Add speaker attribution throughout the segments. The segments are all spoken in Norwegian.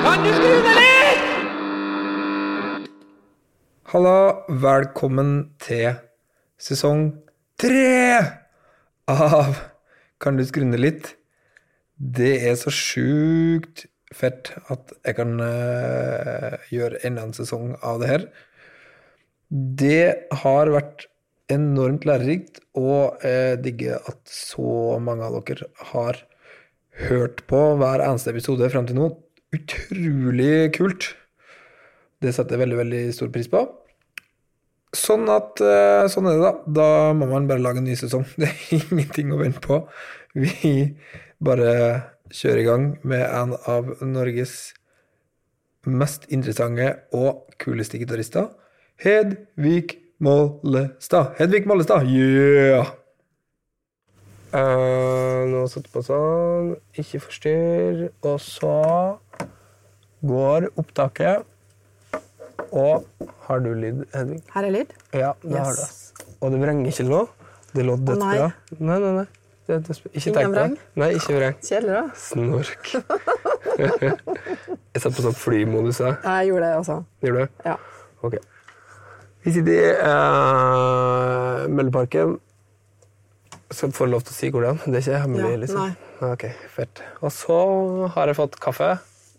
Speaker 1: Kan du skru deg litt?!
Speaker 2: Halla, velkommen til sesong tre av Kan du skru ned litt? Det er så sjukt fett at jeg kan eh, gjøre enda en sesong av det her. Det har vært enormt lærerikt, og jeg digger at så mange av dere har hørt på hver eneste episode frem til nå. Utrolig kult. Det setter jeg veldig, veldig stor pris på. Sånn at eh, Sånn er det, da. Da må man bare lage en ny sesong. Det er ingenting å vente på. Vi bare kjører i gang med en av Norges mest interessante og kuleste gitarister. Hedvig Mollestad. Hedvig Mollestad, yeah! Eh, nå setter jeg på sånn. Ikke forstyrr. Og så går opptaket. Og har du lyd, Hedvig?
Speaker 3: Her er lyd.
Speaker 2: Ja, det har du.
Speaker 3: Yes.
Speaker 2: Og det vrenger ikke nå. Det lå dødsbra. Nei, nei, nei. Det er dødsbra. Ikke tenk på
Speaker 3: vrang?
Speaker 2: det. Nei, ikke vreng.
Speaker 3: Kjedelig, da.
Speaker 2: Snork. jeg satt på sånn flymodus. jeg.
Speaker 3: Jeg gjorde det også.
Speaker 2: Gjør du det?
Speaker 3: Ja.
Speaker 2: Ok. Vi sitter i eh, Mølleparken. Så får jeg lov til å si hvor det er? Det er ikke hemmelig?
Speaker 3: Ja,
Speaker 2: liksom? Nei. Ok, fett. Og så har jeg fått kaffe.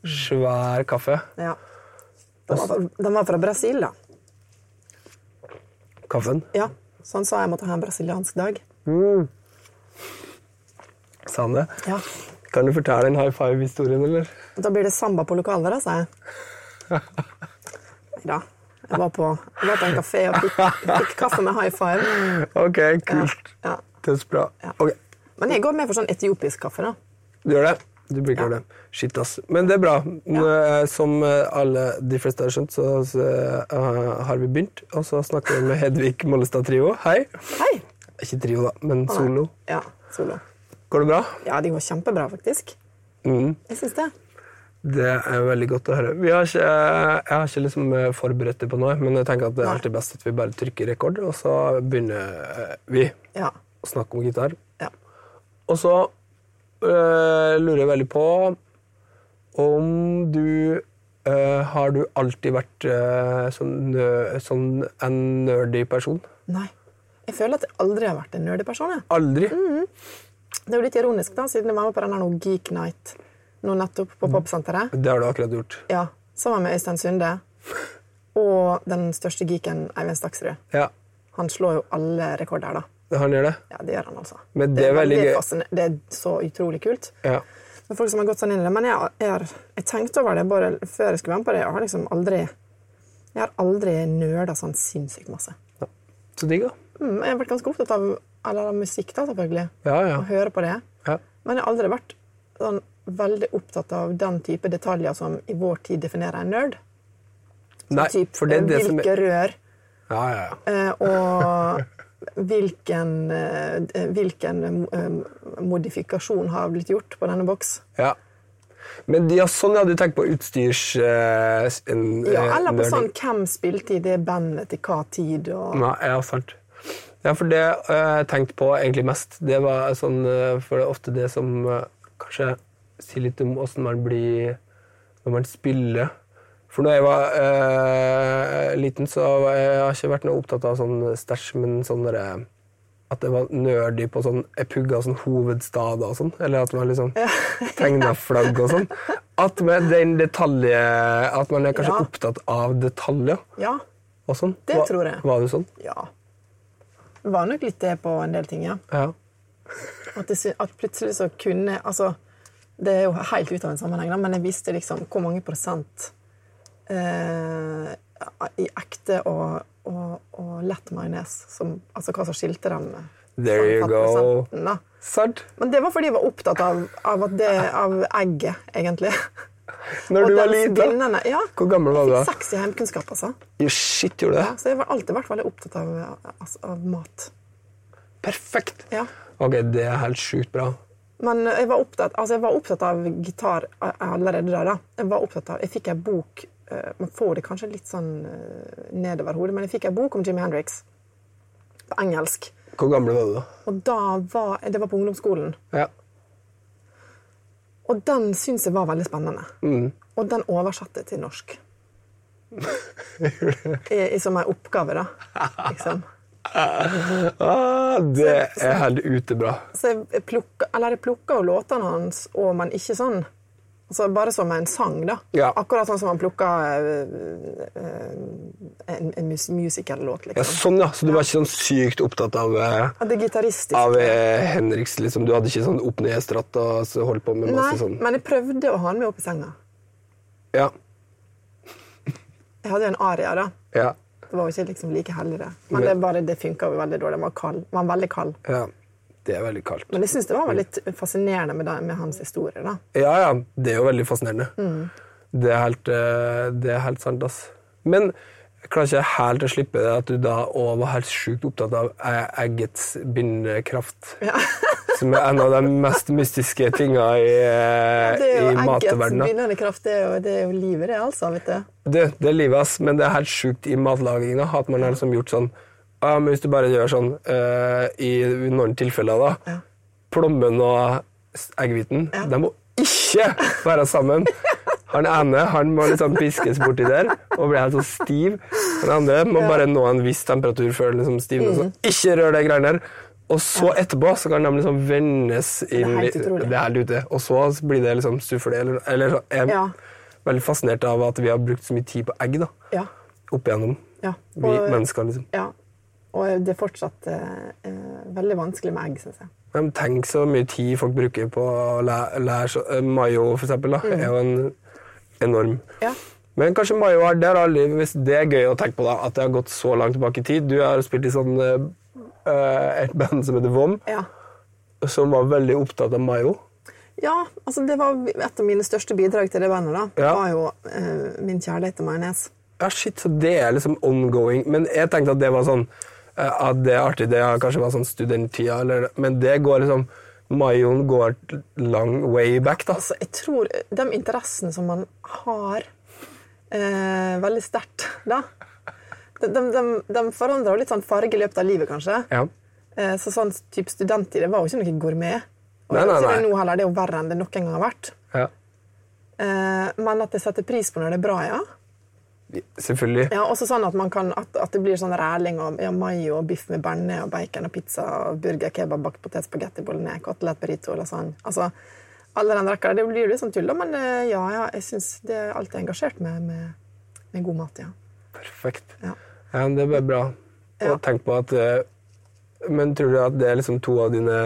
Speaker 2: Svær kaffe.
Speaker 3: ja. De, var fra, de var fra Brasil, da.
Speaker 2: Kaffen.
Speaker 3: Ja. Så han sa jeg måtte ha en brasiliansk dag.
Speaker 2: Sa han det?
Speaker 3: Ja.
Speaker 2: Kan du fortelle en high five-historien, eller?
Speaker 3: Da blir det samba på lokalet, da, sa jeg. Nei da. Jeg var på, jeg var på en kafé og fikk, fikk kaffe med high five.
Speaker 2: Ok,
Speaker 3: Ja.
Speaker 2: kult.
Speaker 3: Ja.
Speaker 2: Dødsbra.
Speaker 3: Ja.
Speaker 2: Ok,
Speaker 3: Men jeg går med for sånn etiopisk kaffe, da.
Speaker 2: du gjør det. Du bruker
Speaker 3: Ja.
Speaker 2: det. Shit, ass. Men det er bra. Nå, eh, Som eh, alle de fleste har skjønt, så, så eh, har vi begynt. Og så snakker vi med Hedvig Mollestad Trio. Hei.
Speaker 3: Hei!
Speaker 2: Ikke trio, da, men
Speaker 3: Å, nei.
Speaker 2: solo.
Speaker 3: Ja, solo.
Speaker 2: Går det bra?
Speaker 3: Ja, det går kjempebra, faktisk.
Speaker 2: Mm.
Speaker 3: Jeg syns det.
Speaker 2: Det er veldig godt å høre. Vi har ikke, jeg har ikke liksom eh, forberedt det på noe, men jeg tenker at det er
Speaker 3: Nei.
Speaker 2: alltid best at vi bare trykker rekord, og så begynner eh, vi
Speaker 3: Ja.
Speaker 2: å snakke om gitar.
Speaker 3: ja.
Speaker 2: Og så øh, lurer jeg veldig på om du øh, Har du alltid vært øh, sånn, nø, sånn en nerdy person?
Speaker 3: Nei. Jeg føler at jeg aldri har vært en nerdy person. Jeg.
Speaker 2: Aldri?
Speaker 3: Mm. Det er jo litt ironisk, da, siden jeg var med på den her nå Geek Night nå nettopp
Speaker 2: Mm.
Speaker 3: på Popsenteret.
Speaker 2: Det har du akkurat gjort.
Speaker 3: Ja, Sammen med Øystein Sunde og den største geeken, Eivind Staksrud.
Speaker 2: Ja,
Speaker 3: Han slår jo alle rekorder, da.
Speaker 2: han gjør det.
Speaker 3: Ja, det gjør han, altså.
Speaker 2: Men det er veldig gøy.
Speaker 3: fascine- Det er så utrolig kult.
Speaker 2: Ja.
Speaker 3: Men folk som har gått sånn inn i det. Men jeg, har- jeg, har, jeg tenkte over det bare før jeg skulle være med på det. Jeg har liksom aldri jeg har aldri nerda sånn sinnssykt masse.
Speaker 2: Så digg, da.
Speaker 3: Mm, jeg har vært ganske opptatt av, eller av musikk, da, selvfølgelig.
Speaker 2: Ja, ja.
Speaker 3: Og høre på det.
Speaker 2: ja.
Speaker 3: Men jeg har aldri vært sånn, veldig opptatt av den type detaljer som i vår tid definerer en nerd.
Speaker 2: Nei,
Speaker 3: typ,
Speaker 2: for det er det
Speaker 3: eh,
Speaker 2: som
Speaker 3: hvilke
Speaker 2: er
Speaker 3: rør
Speaker 2: Ja, ja, ja.
Speaker 3: eh, og hvilken, eh, hvilken eh, modifikasjon har blitt gjort på denne boks.
Speaker 2: ja. Men ja, sånn ja, du tenker på utstyrs... øh, s- en,
Speaker 3: Ja,
Speaker 2: øh,
Speaker 3: eller på
Speaker 2: nerding.
Speaker 3: sånn hvem spilte i det bandet til hva tid. Og,
Speaker 2: Nei, ja, sant. Ja, for det eh, jeg tenkte på egentlig mest, det var sånn eh, For det er ofte det som eh, kanskje sier litt om åssen man blir når man spiller. For når jeg var eh, liten, så var jeg, jeg har ikke vært noe opptatt av sånn stæsj, men sånn derre at jeg var nerdy på sånn Jeg pugga sånn hovedstader og sånn. Eller at man liksom tegna flagg og sånn. At, med den detalje, at man er kanskje
Speaker 3: Ja.
Speaker 2: opptatt av detaljer
Speaker 3: Ja.
Speaker 2: og sånn.
Speaker 3: Det
Speaker 2: Var-
Speaker 3: tror jeg.
Speaker 2: Var du sånn?
Speaker 3: ja. Det var nok litt det på en del ting, ja.
Speaker 2: Ja.
Speaker 3: At, det, syn- at plutselig så kunne Altså, det er jo helt ut av en sammenheng, da, men jeg visste liksom hvor mange prosent eh, i ekte og, og, og lett majones som Altså hva som skilte dem.
Speaker 2: There you go.
Speaker 3: prosenten, da.
Speaker 2: Sant?
Speaker 3: Men det var fordi jeg var opptatt av, av, at det, av egget, egentlig.
Speaker 2: Når
Speaker 3: Og
Speaker 2: du var
Speaker 3: den
Speaker 2: liten?
Speaker 3: spinnende- Ja.
Speaker 2: Hvor gammel var du
Speaker 3: Jeg
Speaker 2: da?
Speaker 3: fikk seks i heimkunnskap, altså.
Speaker 2: Jo, Shit, gjorde du det?
Speaker 3: Ja, så jeg har alltid vært veldig opptatt av, altså, av mat.
Speaker 2: Perfekt!
Speaker 3: Ja.
Speaker 2: Ok, det er helt sjukt bra.
Speaker 3: Men jeg var opptatt, altså jeg var opptatt av gitar eh, allerede der. da. Jeg var opptatt av, jeg fikk en bok eh, Man får det kanskje litt sånn eh, nedover hodet, men jeg fikk en bok om Jimmy Hendrix på engelsk.
Speaker 2: Hvor gammel var du da?
Speaker 3: Og da var, Det var på ungdomsskolen.
Speaker 2: Ja.
Speaker 3: Og den syns jeg var veldig spennende. Og den oversatte jeg til norsk. I, i, som en oppgave, da. Liksom.
Speaker 2: Ah, det er helt ute bra.
Speaker 3: Så jeg plukka, eller jeg plukka jo låtene hans, og, men ikke sånn. Altså bare som en sang, da.
Speaker 2: Ja.
Speaker 3: Akkurat sånn som man plukker eh, eh, en, en mus
Speaker 2: Ja,
Speaker 3: musical-låt, liksom.
Speaker 2: sånn, ja. Så du var ikke sånn sykt opptatt av, eh,
Speaker 3: At det er gitaristisk.
Speaker 2: av eh, Henriks, liksom? Du hadde ikke sånn opp ned stratt og så holdt på med
Speaker 3: Nei,
Speaker 2: masse sånn
Speaker 3: men jeg prøvde å ha den med opp i senga.
Speaker 2: Ja.
Speaker 3: Jeg hadde jo en aria, da.
Speaker 2: Ja.
Speaker 3: Det var jo ikke liksom like heldig, det. Men det, er bare, det funka jo veldig dårlig. Den var, kald. Den var veldig kald.
Speaker 2: ja. Det er veldig kaldt.
Speaker 3: Men jeg syns det
Speaker 2: Mm.
Speaker 3: var veldig t- fascinerende med, den- med hans historie, da.
Speaker 2: Ja, ja. Det er jo veldig fascinerende.
Speaker 3: Mm.
Speaker 2: Det, er helt, eh, det er helt sant, ass. Men jeg klarer ikke helt å slippe det at du da òg var helt sjukt opptatt av eh, eggets bindekraft. Som er en av de mest mystiske tinga i, eh,
Speaker 3: Det er
Speaker 2: i
Speaker 3: jo eggets
Speaker 2: matverdenen.
Speaker 3: begynnende kraft. Det er jo, det er jo livet, det, altså. vet du.
Speaker 2: Det, det er livet, ass, men det er helt sjukt i matlaginga at man har liksom gjort sånn ja, men Hvis du bare gjør sånn eh, i noen tilfeller, da. Plommen og s- eggehviten, de må ikke være sammen! Han ene han må liksom piskes borti der og bli helt så stiv. Den andre må bare nå en viss temperatur før den liksom stivner.
Speaker 3: Mm.
Speaker 2: Så ikke rør de greiene der! Og så etterpå så kan de liksom vendes inn
Speaker 3: helt
Speaker 2: i-
Speaker 3: utrolig.
Speaker 2: Det er helt ute. Og så blir det liksom soufflé eller, eller så- jeg,
Speaker 3: Ja.
Speaker 2: veldig fascinert av at vi har brukt så mye tid på egg da,
Speaker 3: Ja.
Speaker 2: opp igjennom.
Speaker 3: Ja,
Speaker 2: Vi
Speaker 3: og-
Speaker 2: mennesker, liksom.
Speaker 3: Ja. Og det er fortsatt eh, eh, veldig vanskelig med egg, syns jeg.
Speaker 2: Men tenk så mye tid folk bruker på å lære, lære så, eh, Mayo, for eksempel, da, er jo en enorm
Speaker 3: Mm. Ja.
Speaker 2: Men kanskje mayo er der, aldri, hvis det er gøy å tenke på, da, at det har gått så langt tilbake i tid. Du har spilt i sånn, eh, eh, et band som heter Vom,
Speaker 3: Ja.
Speaker 2: som var veldig opptatt av mayo.
Speaker 3: ja, altså det var et av mine største bidrag til det bandet. da.
Speaker 2: Ja.
Speaker 3: var jo eh, min kjærlighet til majones.
Speaker 2: Ja, shit, så det er liksom ongoing. Men jeg tenkte at det var sånn eh, At det er artig, det har kanskje var sånn studenttida, eller Men det går liksom Mayoen går long way back, da.
Speaker 3: Altså, jeg tror de interessene som man har eh, veldig sterkt da de, de, de, de forandrer jo litt sånn farge i løpet av livet, kanskje.
Speaker 2: Ja.
Speaker 3: Eh, så sånn typ studenttid det var jo ikke noe gourmet. Og
Speaker 2: Nei, nei,
Speaker 3: ikke det
Speaker 2: nei.
Speaker 3: Nå heller, det er jo verre enn det noen gang har vært.
Speaker 2: ja.
Speaker 3: Eh, men at jeg setter pris på når det er bra, ja.
Speaker 2: Selvfølgelig.
Speaker 3: Ja, også sånn at, man kan, at, at det blir sånn ræling og ja, mayo og biff med bearnés og bacon og pizza og burger, kebab, bakt potet, spagetti, bolognese, kotelett, burrito og lasagne. Altså, alle den rekka. Det blir jo litt sånn tull, da, men eh, ja, ja, jeg syns det er alltid engasjert med, med, med god mat, ja.
Speaker 2: Perfekt.
Speaker 3: Ja.
Speaker 2: Ja. men det ble bra.
Speaker 3: Ja.
Speaker 2: Og tenk på at eh, Men tror du at det er liksom to av dine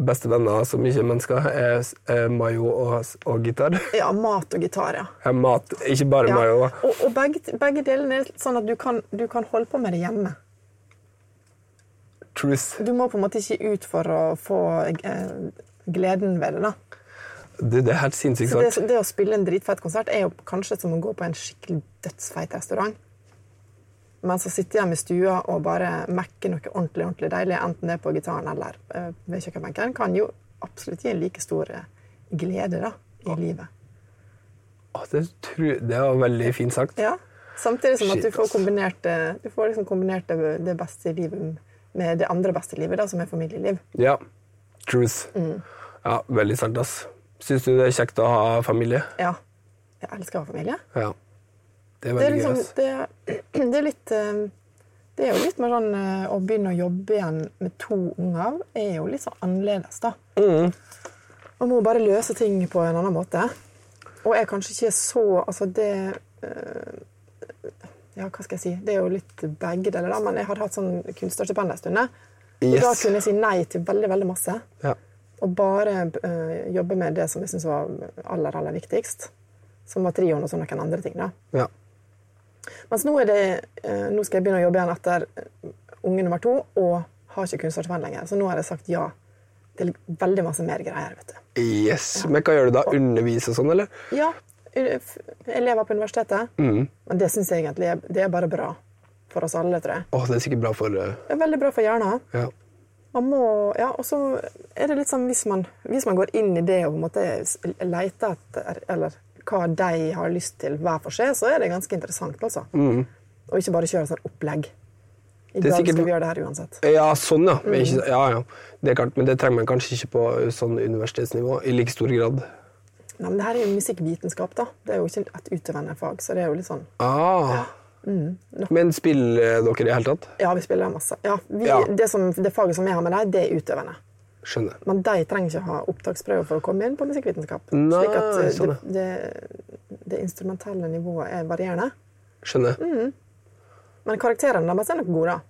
Speaker 2: beste venner som ikke er mennesker, er, s- er mayo og, s- og gitar?
Speaker 3: Ja, mat og gitar, ja.
Speaker 2: Ja, mat, ikke bare
Speaker 3: ja.
Speaker 2: mayo. da.
Speaker 3: Og, og begge, begge delene er litt sånn at du kan, du kan holde på med det hjemme.
Speaker 2: Truth.
Speaker 3: Du må på en måte ikke ut for å få eh, gleden ved det, da.
Speaker 2: Det, det er helt sinnssykt
Speaker 3: Så
Speaker 2: sant.
Speaker 3: det, det å spille en dritfeit konsert er jo kanskje som å gå på en skikkelig dødsfeit restaurant. Men så sitter jeg med stua og bare mekker noe ordentlig ordentlig deilig, enten det er på gitaren eller eh, ved kjøkkenbenken, kan jo absolutt gi en like stor eh, glede da, i livet.
Speaker 2: Å, det, tru, det var veldig fint sagt.
Speaker 3: Ja. Samtidig som at
Speaker 2: Shit,
Speaker 3: du får
Speaker 2: ass.
Speaker 3: kombinert, eh, du får liksom kombinert det, det beste i livet med det andre beste i livet, da, som er familieliv.
Speaker 2: Ja. Truth. Ja, veldig sant, ass. Syns du det er kjekt å ha familie?
Speaker 3: Ja. Jeg elsker å ha familie.
Speaker 2: Ja. Det er
Speaker 3: Det er,
Speaker 2: veldig gøy.
Speaker 3: liksom,
Speaker 2: ass.
Speaker 3: det, det er litt eh, Det er jo litt mer sånn eh, Å begynne å jobbe igjen med to unger er jo litt sånn annerledes, da.
Speaker 2: Mm.
Speaker 3: Man må bare løse ting på en annen måte. Og er kanskje ikke så Altså, det eh, Ja, hva skal jeg si? Det er jo litt begge deler, da. Men jeg hadde hatt sånn kunstnerstipend en stund. Og da
Speaker 2: Yes.
Speaker 3: kunne jeg si nei til veldig, veldig masse.
Speaker 2: Ja.
Speaker 3: Og bare eh, jobbe med det som jeg syns var aller, aller viktigst. Som var trioen og sånn noen andre ting, da.
Speaker 2: Ja.
Speaker 3: Mens Altså, nå, er det, eh, nå skal jeg begynne å jobbe igjen etter eh, unge nummer to, og har ikke kunstnerstipend lenger. Så nå har jeg sagt ja til veldig masse mer greier. vet du.
Speaker 2: Yes. Men hva gjør du da? Undervise og sånn, eller?
Speaker 3: Ja, u- f- elever på universitetet.
Speaker 2: Mm.
Speaker 3: Men det syns jeg egentlig er, det er bare bra for oss alle, tror jeg.
Speaker 2: Åh, det er sikkert bra for eh,
Speaker 3: Det er veldig bra for hjernen.
Speaker 2: Ja.
Speaker 3: Man må, ja, og så er det litt sånn, hvis man, hvis man går inn i det og på en måte s- leter etter eller hva de har lyst til hver for seg, så er det ganske interessant, altså. Og ikke bare kjøre sånn opplegg. I
Speaker 2: Mm. Det er
Speaker 3: dag
Speaker 2: sikkert-
Speaker 3: skal vi gjøre det her uansett.
Speaker 2: ja, sånn, ja. Men,
Speaker 3: Mm.
Speaker 2: ikke, ja, ja. Det er klart, men det trenger man kanskje ikke på eh, sånn universitetsnivå i like stor grad.
Speaker 3: Nei, men det her er jo musikkvitenskap, da. Det er jo ikke et utøvende fag, så det er jo litt sånn mm.
Speaker 2: Ah. Men spiller dere i det hele tatt?
Speaker 3: Ja, vi spiller masse. Ja, vi,
Speaker 2: Ja.
Speaker 3: Det, som, det faget som jeg har med deg, det er utøvende.
Speaker 2: Skjønner.
Speaker 3: Men de trenger ikke ha opptaksprøver for å komme inn på musikkvitenskap.
Speaker 2: Nei,
Speaker 3: slik at eh,
Speaker 2: sånn,
Speaker 3: det, det, det instrumentelle nivået er varierende.
Speaker 2: Skjønner.
Speaker 3: Mm. Men karakterene deres er nok gode, da.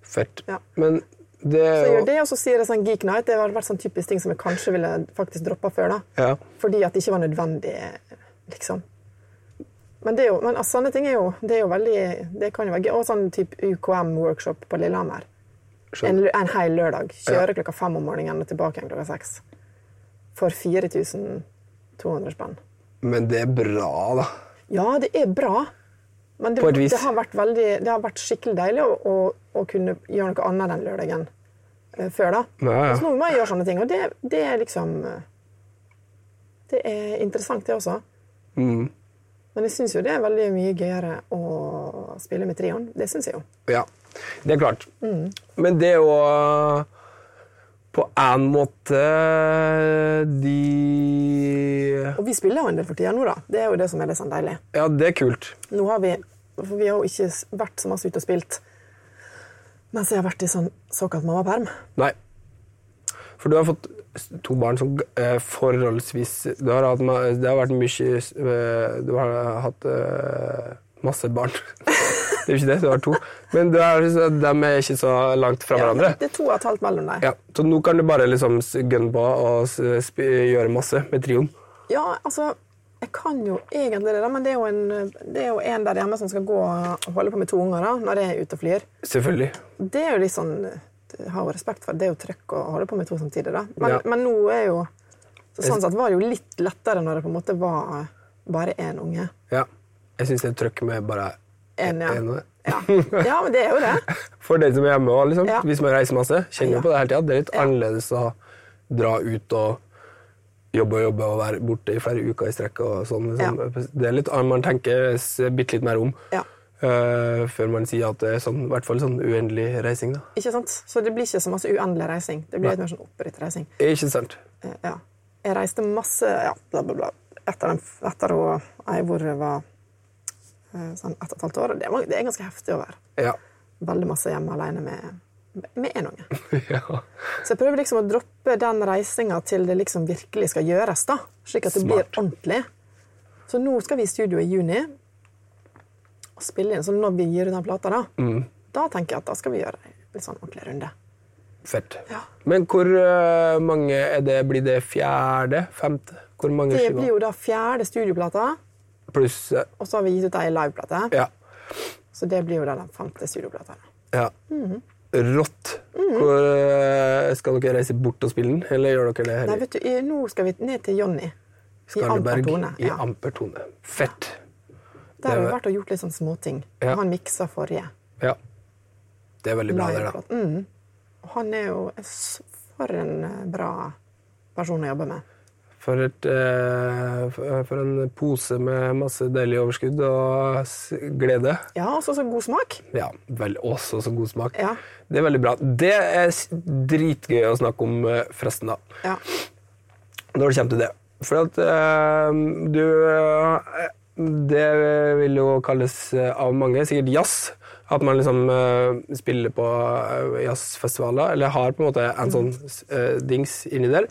Speaker 2: Fett.
Speaker 3: Ja.
Speaker 2: Men det
Speaker 3: Så
Speaker 2: er
Speaker 3: jeg
Speaker 2: jo
Speaker 3: gjør det, og så sier jeg sånn Geek Night. Det har vært sånn typisk ting som jeg kanskje ville faktisk droppa før. da.
Speaker 2: Ja.
Speaker 3: Fordi at det ikke var nødvendig, liksom. Men, det er jo, men altså, sånne ting er jo, det er jo veldig Det kan jo være gøy. Og sånn type UKM-workshop på Lillehammer. En,
Speaker 2: Skjønner.
Speaker 3: lø- en hel lørdag. Kjøre klokka fem om morgenen og tilbake igjen klokka seks. For 4200 spenn.
Speaker 2: Men det er bra, da.
Speaker 3: Ja, det er bra. Men det,
Speaker 2: På et vis.
Speaker 3: det, har, vært veldig, det har vært skikkelig deilig å, å, å kunne gjøre noe annet den lørdagen eh, før, da.
Speaker 2: Ja, ja.
Speaker 3: Så nå må jeg gjøre sånne ting. Og det, det er liksom eh, Det er interessant, det også.
Speaker 2: Mm.
Speaker 3: Men jeg syns jo det er veldig mye gøyere å spille med trioen. Det syns jeg jo.
Speaker 2: Ja, det er klart. Men det er jo på en måte de
Speaker 3: Og vi spiller jo en del for tida nå, da. Det er jo det som er litt sånn deilig.
Speaker 2: Ja, det er kult.
Speaker 3: Nå har vi For vi har jo ikke s- vært så masse ute og spilt mens jeg har vært i sånn såkalt mammaperm.
Speaker 2: Nei. For du har fått s- to barn som g- eh, forholdsvis du har hatt, ma- Det har vært mye s- eh, Du har hatt eh, masse barn. Det er jo ikke det, du har to. Men du er, de er ikke så langt fra
Speaker 3: Ja,
Speaker 2: hverandre.
Speaker 3: det er to og et halvt mellom deg.
Speaker 2: Ja, Så nå kan du bare liksom s- gønne på og s- sp gjøre masse med trioen.
Speaker 3: Ja, altså jeg kan jo egentlig det, da, men det er jo en, det er jo en der hjemme som skal gå og holde på med to unger da, når jeg er ute og flyr.
Speaker 2: Selvfølgelig.
Speaker 3: Det er jo litt sånn Jeg har jo respekt for det. Det er jo trøkk å holde på med to samtidig, da. Men,
Speaker 2: Ja.
Speaker 3: men nå er jo så Sånn sett var det jo litt lettere når det på en måte var bare én unge.
Speaker 2: Ja. Jeg syns det er trøkk med bare
Speaker 3: En, ja.
Speaker 2: en og
Speaker 3: Ja. ja, men det er jo det.
Speaker 2: For dere som er hjemme også, liksom,
Speaker 3: Ja.
Speaker 2: hvis man reiser masse, kjenner jo
Speaker 3: Ja.
Speaker 2: på det hele tida. Det er litt annerledes å dra ut og jobbe og jobbe og være borte i flere uker i strekk. og sånn. Liksom. Det er litt annet man tenker s- bitte litt mer om
Speaker 3: Ja.
Speaker 2: eh, før man sier at det er sånn, i hvert fall sånn uendelig reising. da.
Speaker 3: Ikke sant? Så det blir ikke så masse uendelig reising. Det blir litt mer sånn opprytt reising.
Speaker 2: Ikke sant?
Speaker 3: Eh, ja. Jeg reiste masse ja, bla, bla, bla. Etter, den, etter å Eivor var eh, sånn ett og et halvt år. og Det, var, det er ganske heftig å være
Speaker 2: Ja.
Speaker 3: veldig masse hjemme alene med med én unge.
Speaker 2: ja.
Speaker 3: Så jeg prøver liksom å droppe den reisinga til det liksom virkelig skal gjøres. da, Slik at det blir
Speaker 2: Smart.
Speaker 3: ordentlig. Så nå skal vi i studio i juni og spille inn. Så når vi gir ut den plata, da, da tenker jeg at da skal vi gjøre en litt sånn ordentlig runde.
Speaker 2: Fett.
Speaker 3: Ja.
Speaker 2: Men hvor eh, mange er det? Blir det fjerde? Femte? Hvor mange
Speaker 3: Det blir
Speaker 2: skiver?
Speaker 3: jo da fjerde studioplata,
Speaker 2: Pluss eh,
Speaker 3: og så har vi gitt ut ei liveplate.
Speaker 2: Ja.
Speaker 3: Så det blir jo da den femte studioplata. da.
Speaker 2: Ja. Rått. Hvor, eh, skal dere reise bort og spille den, eller gjør dere det
Speaker 3: Nei,
Speaker 2: her i
Speaker 3: vet du, i- nå skal vi ned til Jonny. I
Speaker 2: Skarneberg?
Speaker 3: Ampertone.
Speaker 2: I
Speaker 3: Ja.
Speaker 2: Ampertone. Fett.
Speaker 3: Der har vi
Speaker 2: det-
Speaker 3: vært og gjort litt sånn småting.
Speaker 2: Ja.
Speaker 3: Han miksa forrige
Speaker 2: Ja. Det er veldig bra, det. da.
Speaker 3: liveplate. Mm. Og han er jo s- for en eh, bra person å jobbe med.
Speaker 2: For, et, eh, for for en pose med masse deilig overskudd og s- glede.
Speaker 3: Ja, også så god smak.
Speaker 2: Ja, vel, også så god smak.
Speaker 3: Ja.
Speaker 2: Det er veldig bra. Det er s- dritgøy å snakke om, eh, forresten. da.
Speaker 3: Ja.
Speaker 2: Når det kommer til det. For at eh, du eh, Det vil jo kalles eh, av mange, sikkert jazz. At man liksom eh, spiller på eh, jazzfestivaler, eller har på en måte en sånn eh, dings inni der.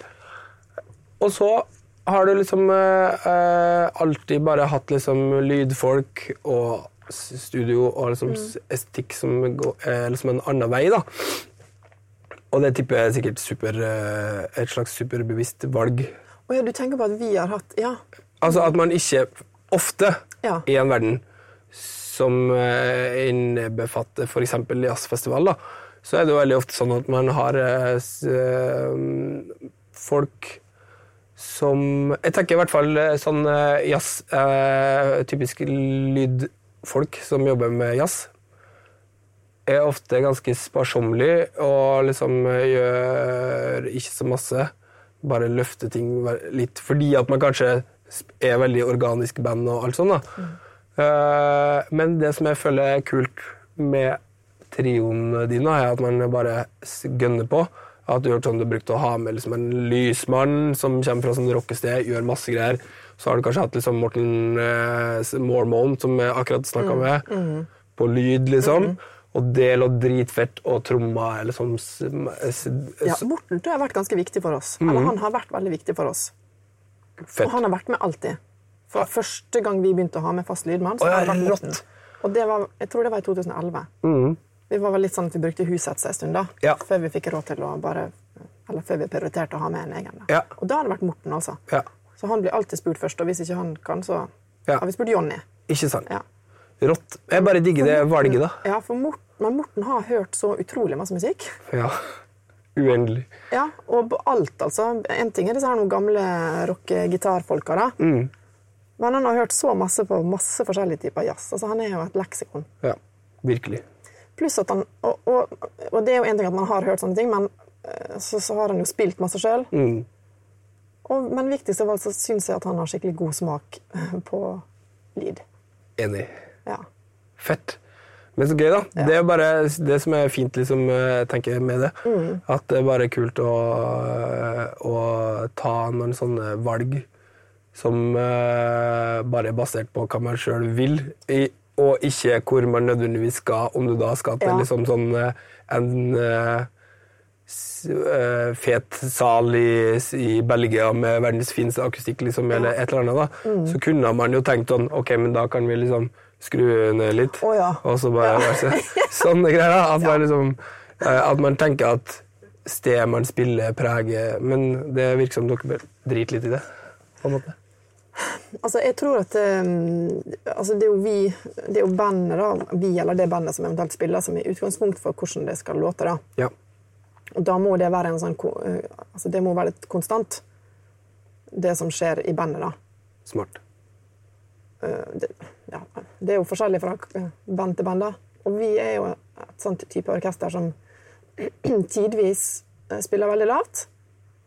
Speaker 2: Og så har du liksom eh, eh, alltid bare hatt liksom lydfolk og s- studio og liksom s- estetikk som går eh, liksom en annen vei, da. Og det tipper jeg er sikkert super, eh, et slags superbevisst valg.
Speaker 3: Å ja, du tenker på at vi har hatt Ja.
Speaker 2: Altså at man ikke ofte
Speaker 3: Ja.
Speaker 2: i en verden som eh, innebefatter f.eks. jazzfestival, da, så er det jo veldig ofte sånn at man har eh, s- eh, folk som Jeg tenker i hvert fall eh, sånn eh, jazz eh, Typisk lydfolk som jobber med jazz, er ofte ganske sparsommelig og liksom eh, gjør ikke så masse. Bare løfter ting ver- litt, fordi at man kanskje sp- er veldig organisk band og alt sånt. da. Eh, Men det som jeg føler er kult med trioen din, da, er at man bare s- gønner på. At du gjør sånn du brukte å ha med liksom en lysmann som kommer fra sånn rockested, gjør masse greier. Så har du kanskje hatt liksom Morten eh, s- Mormon, som jeg akkurat snakka med, på lyd, liksom. Og det lå dritfett, og tromma er liksom s- s-
Speaker 3: ja.
Speaker 2: s- Mhm.
Speaker 3: Morten tror jeg har vært ganske viktig for oss. Eller han har vært veldig viktig for oss.
Speaker 2: fett.
Speaker 3: Og han har vært med alltid. Fra første gang vi begynte å ha med fast lydmann. så
Speaker 2: Å, ja,
Speaker 3: har han vært
Speaker 2: rått. Mhm.
Speaker 3: Morten. Og det var, jeg tror det var i 2011. Vi var vel litt sånn at vi brukte huset en stund da,
Speaker 2: Ja.
Speaker 3: før vi fikk råd til å bare Eller før vi prioriterte å ha med en egen. Da.
Speaker 2: Ja.
Speaker 3: Og da har det vært Morten, altså.
Speaker 2: Ja.
Speaker 3: Så han blir alltid spurt først, og hvis ikke han kan, så
Speaker 2: Ja.
Speaker 3: har vi spurt Jonny.
Speaker 2: Ikke sant?
Speaker 3: Ja. Mm.
Speaker 2: Rått. Jeg bare digger det valget, da.
Speaker 3: Ja, for Morten, men Morten har hørt så utrolig masse musikk.
Speaker 2: Ja. Uendelig.
Speaker 3: Ja, og på alt, altså. En ting er disse her noen gamle rocke-gitarfolka, da. Men han har hørt så masse på masse forskjellige typer jazz. Altså, han er jo et leksikon.
Speaker 2: Ja. Virkelig.
Speaker 3: Pluss at han, og, og, og det er jo en ting at man har hørt sånne ting, men eh, så, så har han jo spilt masse sjøl. Men viktigst av alt så syns jeg at han har skikkelig god smak eh, på lyd.
Speaker 2: Enig.
Speaker 3: Ja.
Speaker 2: Fett. Men så gøy, da. Det er jo bare det som er fint liksom, eh, tenker jeg med det. At det er bare kult å, eh, å ta noen sånne valg som eh, bare er basert på hva man sjøl vil, i, og ikke hvor man nødvendigvis skal, om du da skal til
Speaker 3: Ja.
Speaker 2: liksom sånn eh, en eh, s- eh, fet sal i, i Belgia med verdens fineste akustikk, liksom, eller et eller annet, da,
Speaker 3: Mm.
Speaker 2: så kunne man jo tenkt sånn Ok, men da kan vi liksom skru ned litt,
Speaker 3: Å ja.
Speaker 2: og så bare
Speaker 3: Ja.
Speaker 2: være så- Sånne greier, da. At man liksom eh, At man tenker at stedet man spiller, preger Men det virker som dere driter litt i det, på en måte.
Speaker 3: Altså, jeg tror at eh, altså, det er jo vi, det er jo bandet, da, vi eller det bandet som eventuelt spiller, som er utgangspunkt for hvordan det skal låte. da.
Speaker 2: Ja.
Speaker 3: Og da må det være en sånn ko- eh, altså det må være litt konstant, det som skjer i bandet. da.
Speaker 2: Smart.
Speaker 3: Eh, Det, ja, det er jo forskjellig fra eh, band til band. da. Og vi er jo et sånt type orkester som tidvis eh, spiller veldig lavt,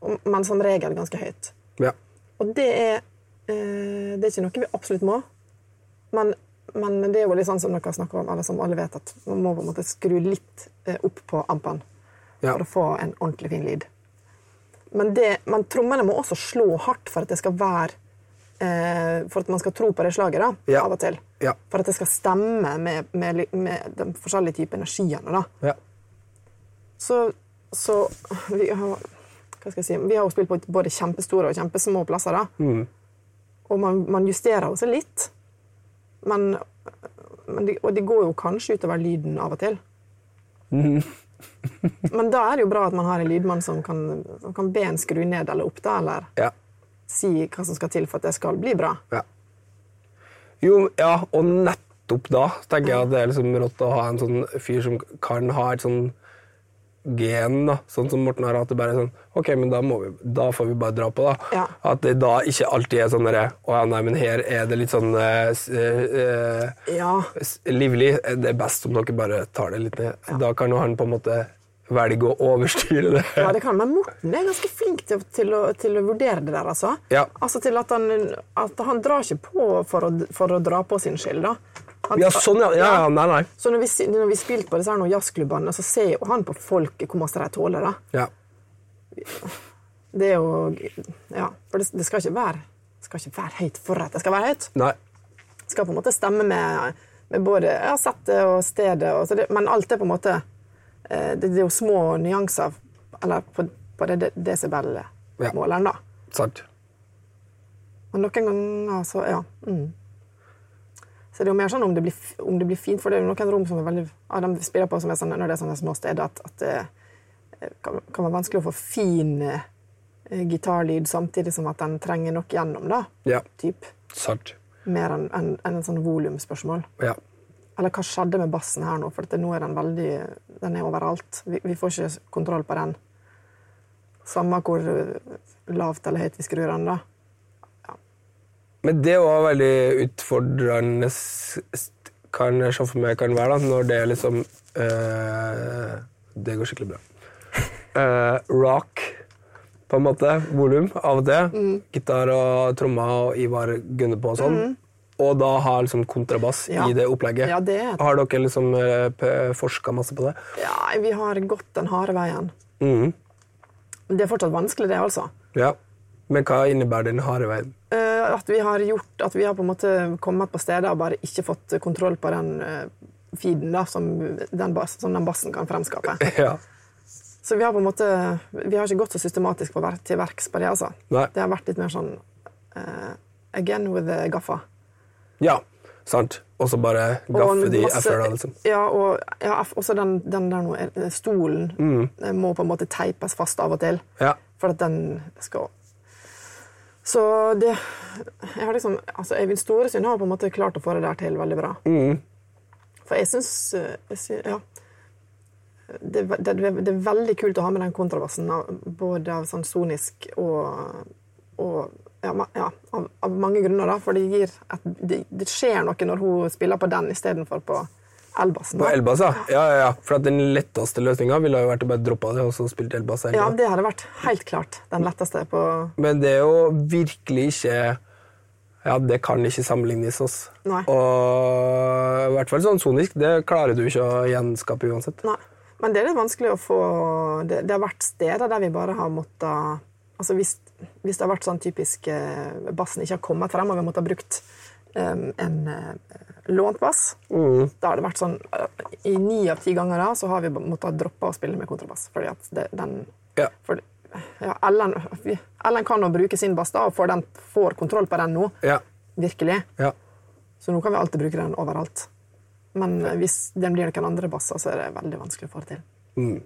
Speaker 3: og- men som regel ganske høyt.
Speaker 2: Ja.
Speaker 3: Og det er, eh, det er ikke noe vi absolutt må, men, men det er jo litt sånn som dere snakker om, eller som alle vet, at man må på en måte skru litt eh, opp på ampen
Speaker 2: Ja.
Speaker 3: for å få en ordentlig fin lyd. Men, det, men trommene må også slå hardt for at det skal være eh, For at man skal tro på det slaget, da,
Speaker 2: Ja.
Speaker 3: av og til.
Speaker 2: Ja.
Speaker 3: For at det skal stemme med, med, li- med de forskjellige typer energiene. da.
Speaker 2: ja.
Speaker 3: Så, så vi har Hva skal jeg si Vi har jo spilt på både kjempestore og kjempesmå plasser, da. Og man, man justerer jo seg litt. Men, men det, Og det går jo kanskje utover lyden av og til. men da er det jo bra at man har en lydmann som kan, som kan be en skru ned eller opp, da, eller
Speaker 2: ja.
Speaker 3: si hva som skal til for at det skal bli bra.
Speaker 2: Ja. Jo, ja, og nettopp da tenker jeg at det er liksom rått å ha en sånn fyr som kan ha et sånn gen, da, sånn som Morten har hatt. det bare sånn, ok, men Da, må vi, da får vi bare dra på, da.
Speaker 3: Ja.
Speaker 2: At det da ikke alltid er sånn derre Å ja, nei, men her er det litt sånn eh, s- eh,
Speaker 3: Ja.
Speaker 2: s- livlig. Det er best om dere bare tar det litt ned. Da kan jo han på en måte velge å overstyre det.
Speaker 3: Ja, det kan Men Morten er ganske flink til, til, å, til å vurdere det der, altså.
Speaker 2: Ja.
Speaker 3: Altså til at han, at han drar ikke på for å, for å dra på sin skyld, da. Han-
Speaker 2: Ja, sånn, ja. ja, ja nei, nei.
Speaker 3: Så når vi, si- når vi spilte på disse her noen jazzklubbene, så ser jo han på folket hvor masse de tåler, da.
Speaker 2: Ja.
Speaker 3: Det er jo Ja, for det, det skal ikke være det skal ikke være høyt forrett. Det skal være høyt.
Speaker 2: Nei.
Speaker 3: Det skal på en måte stemme med, med både ja, settet og stedet. Og, så det, men alt er på en måte eh, Det, det er jo små nyanser eller på, på det de- desibel-måleren, da.
Speaker 2: Sant.
Speaker 3: Og noen ganger så Ja. Mm. Så det er jo mer sånn om det blir, f- om det blir fint, for det er jo noen rom som er veldig ja, de spiller på som er sånn, når det er sånne små steder, at, at det eh, kan, kan være vanskelig å få fin eh, gitarlyd samtidig som at den trenger nok gjennom, da.
Speaker 2: Ja.
Speaker 3: Typ.
Speaker 2: Sant.
Speaker 3: Mer enn en, en, en sånn volumspørsmål.
Speaker 2: Ja.
Speaker 3: Eller hva skjedde med bassen her nå? For at det, nå er den veldig Den er overalt. Vi, vi får ikke kontroll på den. Samme hvor eh, lavt eller høyt vi skrur den, da.
Speaker 2: Men det var veldig utfordrende s- s- kan jeg se for meg kan være, da, når det er liksom eh, Det går skikkelig bra. Eh, rock, på en måte. Volum av og til.
Speaker 3: Mm.
Speaker 2: Gitar og trommer og Ivar gunner på og sånn. Og da ha liksom kontrabass
Speaker 3: Ja.
Speaker 2: i det opplegget.
Speaker 3: Ja, det er et-
Speaker 2: Har dere liksom uh, forska masse på det?
Speaker 3: Ja, vi har gått den harde veien.
Speaker 2: Mhm.
Speaker 3: Det er fortsatt vanskelig, det, altså.
Speaker 2: Ja. Men hva innebærer den harde veien?
Speaker 3: Eh, at vi har gjort At vi har på en måte kommet på steder og bare ikke fått kontroll på den eh, feeden da, som den, bas, som den bassen kan fremskape.
Speaker 2: ja.
Speaker 3: Så vi har på en måte Vi har ikke gått så systematisk på, ver- til verks på det, altså.
Speaker 2: Nei.
Speaker 3: Det har vært litt mer sånn eh, Again with the gaffa.
Speaker 2: ja. Sant. Og så bare
Speaker 3: Og
Speaker 2: gaffe de
Speaker 3: masse-
Speaker 2: f-erne, liksom.
Speaker 3: Ja, og ja, F- også den, den der nå, eh, stolen
Speaker 2: Mm.
Speaker 3: eh, må på en måte teipes fast av og til.
Speaker 2: Ja.
Speaker 3: For at den skal Så det jeg har liksom, altså Eivind Storesund har på en måte klart å få det der til veldig bra. For jeg syns Ja. Det, er ve- det, er- det er veldig kult å ha med den kontrabassen, av, både av sånn sonisk og, og ja, ma- ja, av, av mange grunner, da. For det gir et, det, det skjer noe når hun spiller på den istedenfor på elbassen.
Speaker 2: På
Speaker 3: da.
Speaker 2: elbass, ja. ja, ja, ja. For at den letteste løsninga ville jo vært å bare droppe det og så spille elbass. hele
Speaker 3: Ja,
Speaker 2: tiden.
Speaker 3: det hadde vært helt klart den letteste på
Speaker 2: Men det er jo virkelig ikke Ja, det kan ikke sammenlignes. ass.
Speaker 3: Nei.
Speaker 2: Og i hvert fall sånn sonisk. Det klarer du ikke å gjenskape uansett.
Speaker 3: Nei. Men det er litt vanskelig å få Det, det har vært steder der vi bare har måttet Altså hvis, hvis det har vært sånn typisk eh, bassen ikke har kommet frem, og vi måtte ha brukt eh, en eh, lånt bass, da har det vært sånn eh, I ni av ti ganger da, så har vi måttet droppe å spille med kontrabass. Fordi at det, den
Speaker 2: Ja.
Speaker 3: for, ja, Ellen, vi, Ellen kan jo bruke sin bass da, og får, den, får kontroll på den nå.
Speaker 2: Ja.
Speaker 3: Virkelig.
Speaker 2: ja.
Speaker 3: Så nå kan vi alltid bruke den overalt. Men eh, hvis den blir noen andre basser, så er det veldig vanskelig å få det til.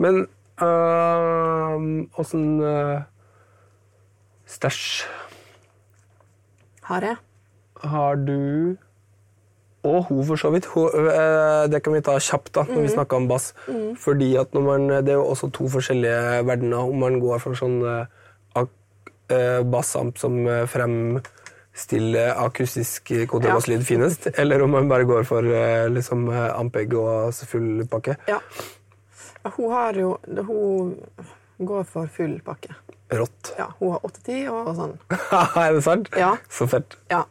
Speaker 2: Men åssen øh, stæsj
Speaker 3: Har jeg?
Speaker 2: har du og hun, for så vidt. Hun, øh, det kan vi ta kjapt da, når
Speaker 3: Mhm.
Speaker 2: vi snakker om bass. Fordi at når man, Det er jo også to forskjellige verdener. Om man går for sånn øh, ak- øh, bassamp som øh, fremstiller akustisk eh, kontrabasslyd finest, eller om man bare går for øh, liksom, øh, ampegg og full pakke.
Speaker 3: Ja. Hun har jo Hun går for full pakke.
Speaker 2: Rått.
Speaker 3: Ja, hun har 8-10 og sånn.
Speaker 2: er det sant?
Speaker 3: Ja.
Speaker 2: Så fett.
Speaker 3: Ja.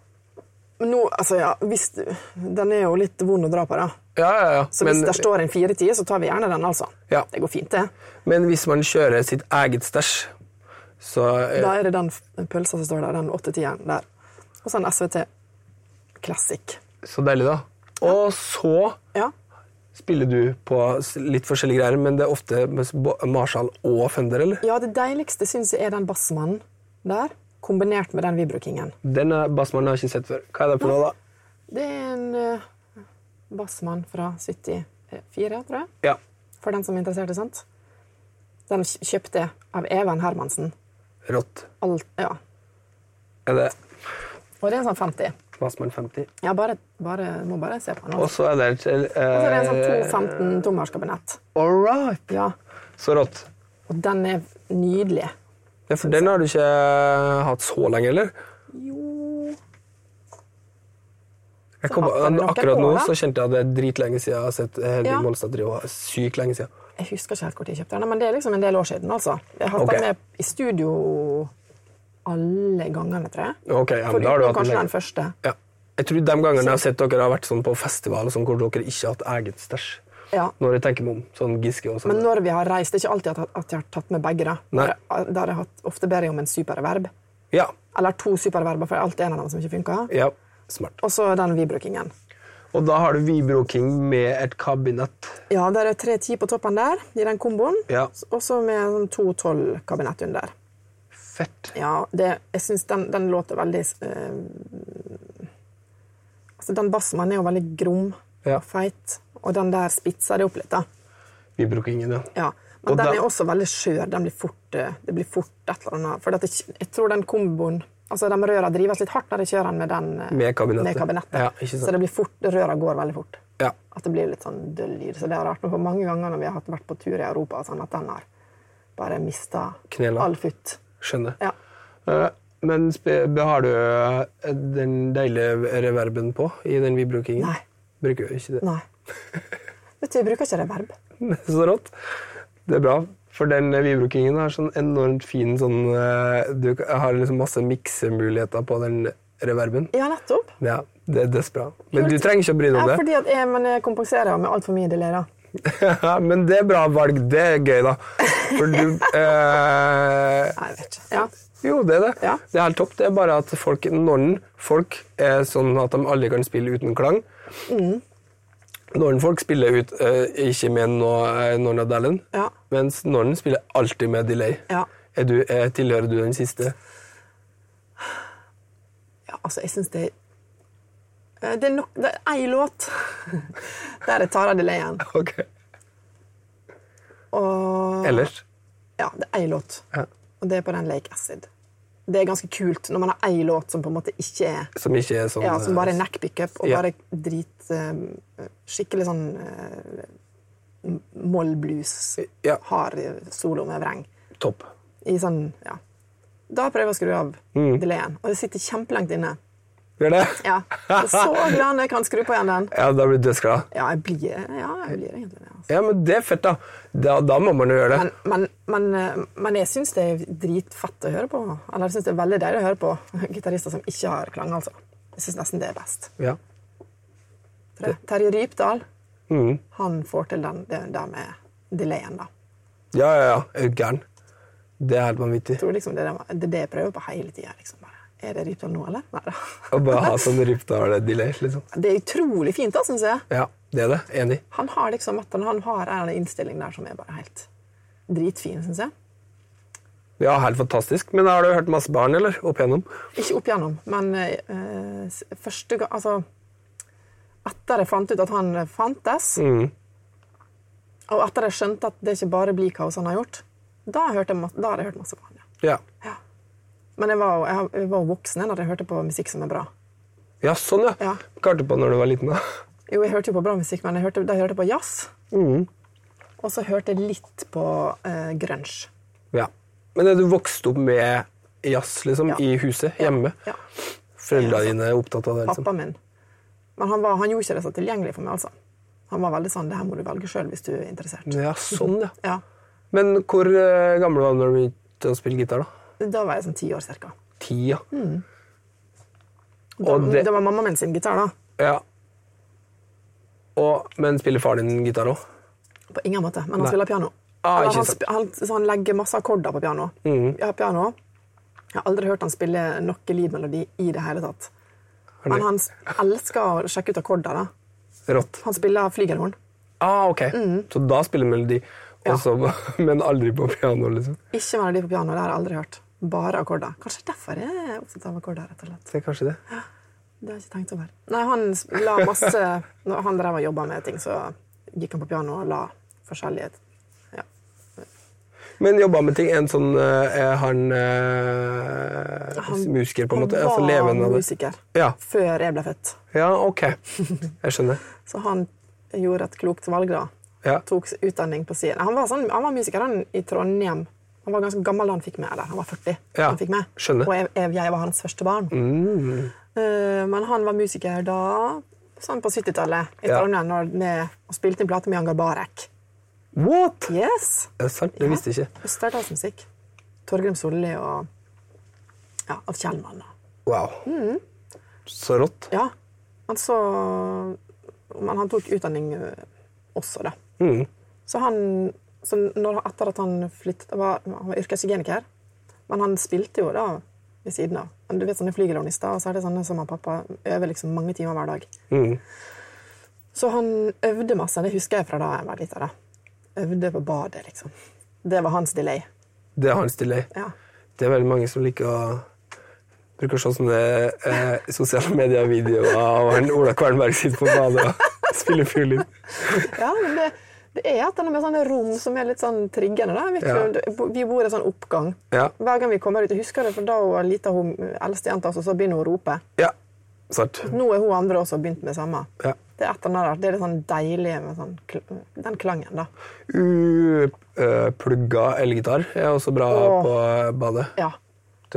Speaker 3: Men nå, altså, ja, hvis du- Den er jo litt vond å dra på, da.
Speaker 2: Ja, ja, ja.
Speaker 3: Så hvis
Speaker 2: Men-
Speaker 3: der står en 4-10, så tar vi gjerne den, altså.
Speaker 2: Ja.
Speaker 3: Det går fint, det.
Speaker 2: Men hvis man kjører sitt eget stæsj, så eh,
Speaker 3: Da er det den f- pølsa som står der, den 8-10-en der. Og så en SVT Classic.
Speaker 2: Så deilig, da. Og så
Speaker 3: Ja.
Speaker 2: spiller du på s- litt forskjellige greier, men det er ofte med s- bo- Marshall og Fender, eller?
Speaker 3: ja, det deiligste syns jeg er den bassmannen der, kombinert med den vibrokingen.
Speaker 2: Den er bassmannen jeg har ikke sett før. Hva er det for noe, da?
Speaker 3: Det er en eh, bassmann fra 74, tror jeg.
Speaker 2: Ja.
Speaker 3: For den som er interessert, sant? Den kj- kjøpte jeg av Even Hermansen.
Speaker 2: Rått.
Speaker 3: Alt, ja.
Speaker 2: Er det
Speaker 3: Og det er en sånn 50.
Speaker 2: Bassmann 50?
Speaker 3: Jeg bare, bare, må bare se på den.
Speaker 2: Og
Speaker 3: altså.
Speaker 2: så er det et eh,
Speaker 3: Og så er det en sånn 215 tommers kabinett.
Speaker 2: All right.
Speaker 3: Ja.
Speaker 2: Så rått.
Speaker 3: Og den er nydelig.
Speaker 2: Ja, for den har du ikke eh, hatt så lenge, eller?
Speaker 3: Jo
Speaker 2: Jeg
Speaker 3: Så
Speaker 2: kom,
Speaker 3: hatt den i noen
Speaker 2: akkurat nå
Speaker 3: år, da.
Speaker 2: så kjente jeg at det er dritlenge siden jeg har sett Hedvig
Speaker 3: Ja.
Speaker 2: Molstad drive og sykt lenge siden.
Speaker 3: Jeg husker ikke helt hvor jeg kjøpte den, men det er liksom en del år siden. altså. Jeg har hatt
Speaker 2: Ok.
Speaker 3: den med i studio alle gangene, tror jeg.
Speaker 2: Ok, ja, men
Speaker 3: Foruten
Speaker 2: da har du hatt den
Speaker 3: kanskje
Speaker 2: lenge.
Speaker 3: den første.
Speaker 2: Ja. Jeg tror de gangene jeg har sett dere har vært sånn på festival og sånn, hvor dere ikke har hatt eget stæsj.
Speaker 3: Ja.
Speaker 2: når jeg tenker meg om. Sånn Giske og sånn.
Speaker 3: Men når vi har reist, det er ikke alltid at, at jeg har tatt med begge. Da
Speaker 2: Nei.
Speaker 3: Da har jeg- da har jeg hatt, ofte ber jeg om en superverb.
Speaker 2: Ja.
Speaker 3: Eller to superverber, for det er alltid en av dem som ikke funker.
Speaker 2: ja. Smart.
Speaker 3: Og så den vibrukingen.
Speaker 2: Og da har du Vibro King med et kabinett.
Speaker 3: Ja, der er tre ti på toppen der, i den komboen.
Speaker 2: Ja.
Speaker 3: Og så med sånn to tolv kabinett under.
Speaker 2: Fett.
Speaker 3: Ja, det, jeg syns den, den låter veldig eh, Altså, den bassmannen er jo veldig grom
Speaker 2: Ja.
Speaker 3: og feit, og den der spitser det opp litt, da.
Speaker 2: Vibro Kingen, ja.
Speaker 3: Ja. Men
Speaker 2: Og
Speaker 3: den
Speaker 2: da-
Speaker 3: er også veldig skjør. Den blir fort, eh, det blir fort et eller annet. For at jeg, jeg tror den komboen Altså, de røra drives litt hardt når jeg kjører den med den eh,
Speaker 2: Med kabinettet.
Speaker 3: Med kabinettet.
Speaker 2: Ja, ikke sant.
Speaker 3: Så det blir fort, røra går veldig fort.
Speaker 2: Ja.
Speaker 3: At det blir litt sånn døll lyd. Så det har vært noe for mange ganger når vi har hatt- vært på tur i Europa, og sånn at den har bare mista
Speaker 2: Knela.
Speaker 3: all futt.
Speaker 2: Skjønner.
Speaker 3: Ja.
Speaker 2: Eh, Men spe- har du eh, den deilige reverben på i den Vibro Kingen?
Speaker 3: Nei.
Speaker 2: Bruker du ikke det?
Speaker 3: Nei. Vet du, jeg bruker ikke reverb.
Speaker 2: Så rått. Det er bra. For den vibrokingen har sånn enormt fin sånn eh, Du har liksom masse miksemuligheter på den reverben.
Speaker 3: Ja, nettopp.
Speaker 2: Ja, det er dødsbra. Men du trenger ikke å bry deg om
Speaker 3: Ja,
Speaker 2: det.
Speaker 3: fordi at jeg, men jeg kompenserer jo med altfor mye delay, da.
Speaker 2: Men det er bra valg. Det er gøy, da. For du eh,
Speaker 3: Nei, jeg vet ikke. Ja.
Speaker 2: Jo, det er det.
Speaker 3: Ja.
Speaker 2: Det er helt topp. Det er bare at folk, når den- folk er sånn at de alle kan spille uten klang
Speaker 3: Mm.
Speaker 2: Når den folk spiller ut, eh, ikke med noe eh, Norna Dallin,
Speaker 3: Ja.
Speaker 2: mens når den spiller alltid med delay.
Speaker 3: Ja.
Speaker 2: Er du, er, tilhører du den siste?
Speaker 3: ja, altså, jeg syns det Eh, Det er nok Det er én låt der jeg tar av delayen.
Speaker 2: Ok.
Speaker 3: Og
Speaker 2: Ellers?
Speaker 3: Ja, det er én låt.
Speaker 2: Ja.
Speaker 3: Og det er på den Lake Acid. Det er ganske kult når man har én låt som på en måte ikke er
Speaker 2: Som ikke er sånn
Speaker 3: Ja, som bare er
Speaker 2: eh,
Speaker 3: neck pickup og
Speaker 2: Ja.
Speaker 3: bare drit eh, Skikkelig sånn eh, m- moll-blues.
Speaker 2: Ja.
Speaker 3: Hard solo med vreng.
Speaker 2: Topp.
Speaker 3: I sånn, ja. Da prøver jeg å skru av
Speaker 2: Mm.
Speaker 3: delayen, og det sitter kjempelengt inne.
Speaker 2: Gjør det?
Speaker 3: Ja. Jeg er så glad når jeg kan skru på igjen den.
Speaker 2: Ja, da blir du dødsglad.
Speaker 3: Ja, jeg blir, ja, jeg blir egentlig det. Altså.
Speaker 2: Ja, men det er fett, da. Da, da må man jo gjøre det.
Speaker 3: Men, men, men, eh, men jeg syns det er dritfett å høre på. Eller jeg syns det er veldig deilig å høre på gitarister som ikke har klang, altså. Jeg syns nesten det er best.
Speaker 2: Ja.
Speaker 3: Tror jeg. Terje Rypdal,
Speaker 2: Mm.
Speaker 3: han får til den, det der med delayen, da.
Speaker 2: ja, ja, ja. Er du gæren? Det er helt vanvittig.
Speaker 3: Jeg tror liksom det, er det- det er det jeg prøver på hele tida. Liksom. Bare, Er det Rypdal nå, eller? Nei da.
Speaker 2: Å bare ha sånn rypdal-delay, liksom.
Speaker 3: Det er utrolig fint, da, syns jeg.
Speaker 2: Ja, det er det. Enig.
Speaker 3: Han har liksom at han, han har en innstilling der som er bare helt dritfin, syns jeg.
Speaker 2: Ja, helt fantastisk. Men har du hørt masse barn, eller? Opp igjennom?
Speaker 3: Ikke opp igjennom, men eh, s- første gang Altså, etter jeg fant ut at han eh, fantes, og etter jeg skjønte at det ikke bare blir kaos han har gjort, da, hørte jeg, ma- da hadde jeg hørt masse på han. Ja.
Speaker 2: Ja.
Speaker 3: Men jeg var, jo- jeg, har- jeg var jo voksen da jeg hørte på musikk som er bra.
Speaker 2: Ja, sånn, ja.
Speaker 3: Ja.
Speaker 2: Hva hørte du på når du var liten, da?
Speaker 3: Jo, jeg hørte jo på bra musikk, men jeg hørte, da hørte jeg på jazz. Og så hørte jeg litt på uh, grunge.
Speaker 2: Ja. Men er du vokst opp med jazz, liksom?
Speaker 3: Ja.
Speaker 2: I huset? Hjemme?
Speaker 3: Ja.
Speaker 2: Foreldrene dine er opptatt av det? liksom?
Speaker 3: Pappaen min. Men han, var, han gjorde ikke det så tilgjengelig for meg, altså. Han var veldig sånn 'Det her må du velge sjøl hvis du er interessert'.
Speaker 2: Ja, sånn, ja.
Speaker 3: Ja.
Speaker 2: Men hvor eh, gammel var du når du begynte å spille gitar? da?
Speaker 3: Da var jeg sånn ti år cirka.
Speaker 2: Ti, ja.
Speaker 3: Mm. Da,
Speaker 2: Og
Speaker 3: det...
Speaker 2: det-
Speaker 3: var mamma min sin gitar, da.
Speaker 2: ja. Og, men spiller faren din gitar òg?
Speaker 3: På ingen måte. Men han
Speaker 2: Nei.
Speaker 3: spiller piano.
Speaker 2: Ah,
Speaker 3: Eller
Speaker 2: ikke
Speaker 3: han,
Speaker 2: sant. Mm.
Speaker 3: sp- han, så han legger masse akkorder på piano. Jeg har piano. Jeg har aldri hørt han spille noe lydmelodi i det hele tatt. Men han s- elsker å sjekke ut akkorder. da.
Speaker 2: Rått.
Speaker 3: Han spiller flygelhorn.
Speaker 2: Ah, ok.
Speaker 3: Mm.
Speaker 2: Så da spiller melodi, og så- men aldri på piano, liksom?
Speaker 3: Ikke melodi på piano, det har jeg aldri hørt. Bare akkorder. Kanskje derfor er jeg opptatt av akkorder, rett og slett.
Speaker 2: Det er kanskje det.
Speaker 3: Det har jeg ikke tenkt over. Nei, han la masse Når han drev og jobba med ting, så gikk han på piano og la forskjellige ja.
Speaker 2: Men jobba med ting. En sånn eh, Er han, eh, musiker, på en måte? Altså levende
Speaker 3: Han
Speaker 2: av
Speaker 3: var
Speaker 2: det?
Speaker 3: musiker
Speaker 2: Ja.
Speaker 3: før jeg ble født.
Speaker 2: ja, ok. Jeg skjønner.
Speaker 3: Så han gjorde et klokt valg da.
Speaker 2: Ja.
Speaker 3: Tok utdanning på siden. Han var, sånn, han var musiker han, i Trondheim. Han var ganske gammel da han fikk med. Eller, han var 40. da
Speaker 2: Ja,
Speaker 3: han fikk med.
Speaker 2: skjønner. Mm.
Speaker 3: Og jeg, jeg, jeg var hans første barn. Eh, men han var musiker da, sånn på 70-tallet, i
Speaker 2: Ja.
Speaker 3: Trondheim, når- med, og spilte inn plate med Jan Garbarek.
Speaker 2: What?!
Speaker 3: Yes!
Speaker 2: Det er sant, det visste jeg ikke.
Speaker 3: Østerdalsmusikk. Torgrim Solli og ja, av Kjellmann.
Speaker 2: Wow.
Speaker 3: Mm.
Speaker 2: Så rått.
Speaker 3: altså, Ja. Han så men Han tok utdanning eh, også, da. Så han så når, Etter at han flyttet Han var, han var yrkeshygieniker, men han spilte jo da ved siden av. Men Du vet sånne flygelornister, og så er det sånne som han pappa øver liksom mange timer hver dag. Så han øvde masse. Det husker jeg fra da jeg var lita. da. Øvde på badet, liksom. Det var hans delay.
Speaker 2: Det er hans delay.
Speaker 3: Ja.
Speaker 2: Det er veldig mange som liker å bruker å se sånne eh, sosiale medier-videoer av han Ola Kvernberg sitter på badet og spiller fiolin.
Speaker 3: Ja, men det, det er et eller annet med sånne rom som er litt sånn triggende. Da. Jeg vet ikke,
Speaker 2: Ja.
Speaker 3: om det- Vi bor i en sånn oppgang.
Speaker 2: Ja.
Speaker 3: Hver gang vi kommer ut, jeg husker det, for da hun var lita, hun eldste jenta, også, så begynner hun å rope.
Speaker 2: Ja, sant.
Speaker 3: Nå er hun andre også begynt med samme.
Speaker 2: Ja.
Speaker 3: Det er et eller annet der. Det er det sånn deilige med sånn, kl- den klangen, da.
Speaker 2: Uplugga eh, elgitar er også bra
Speaker 3: Åh.
Speaker 2: på eh, badet.
Speaker 3: Ja.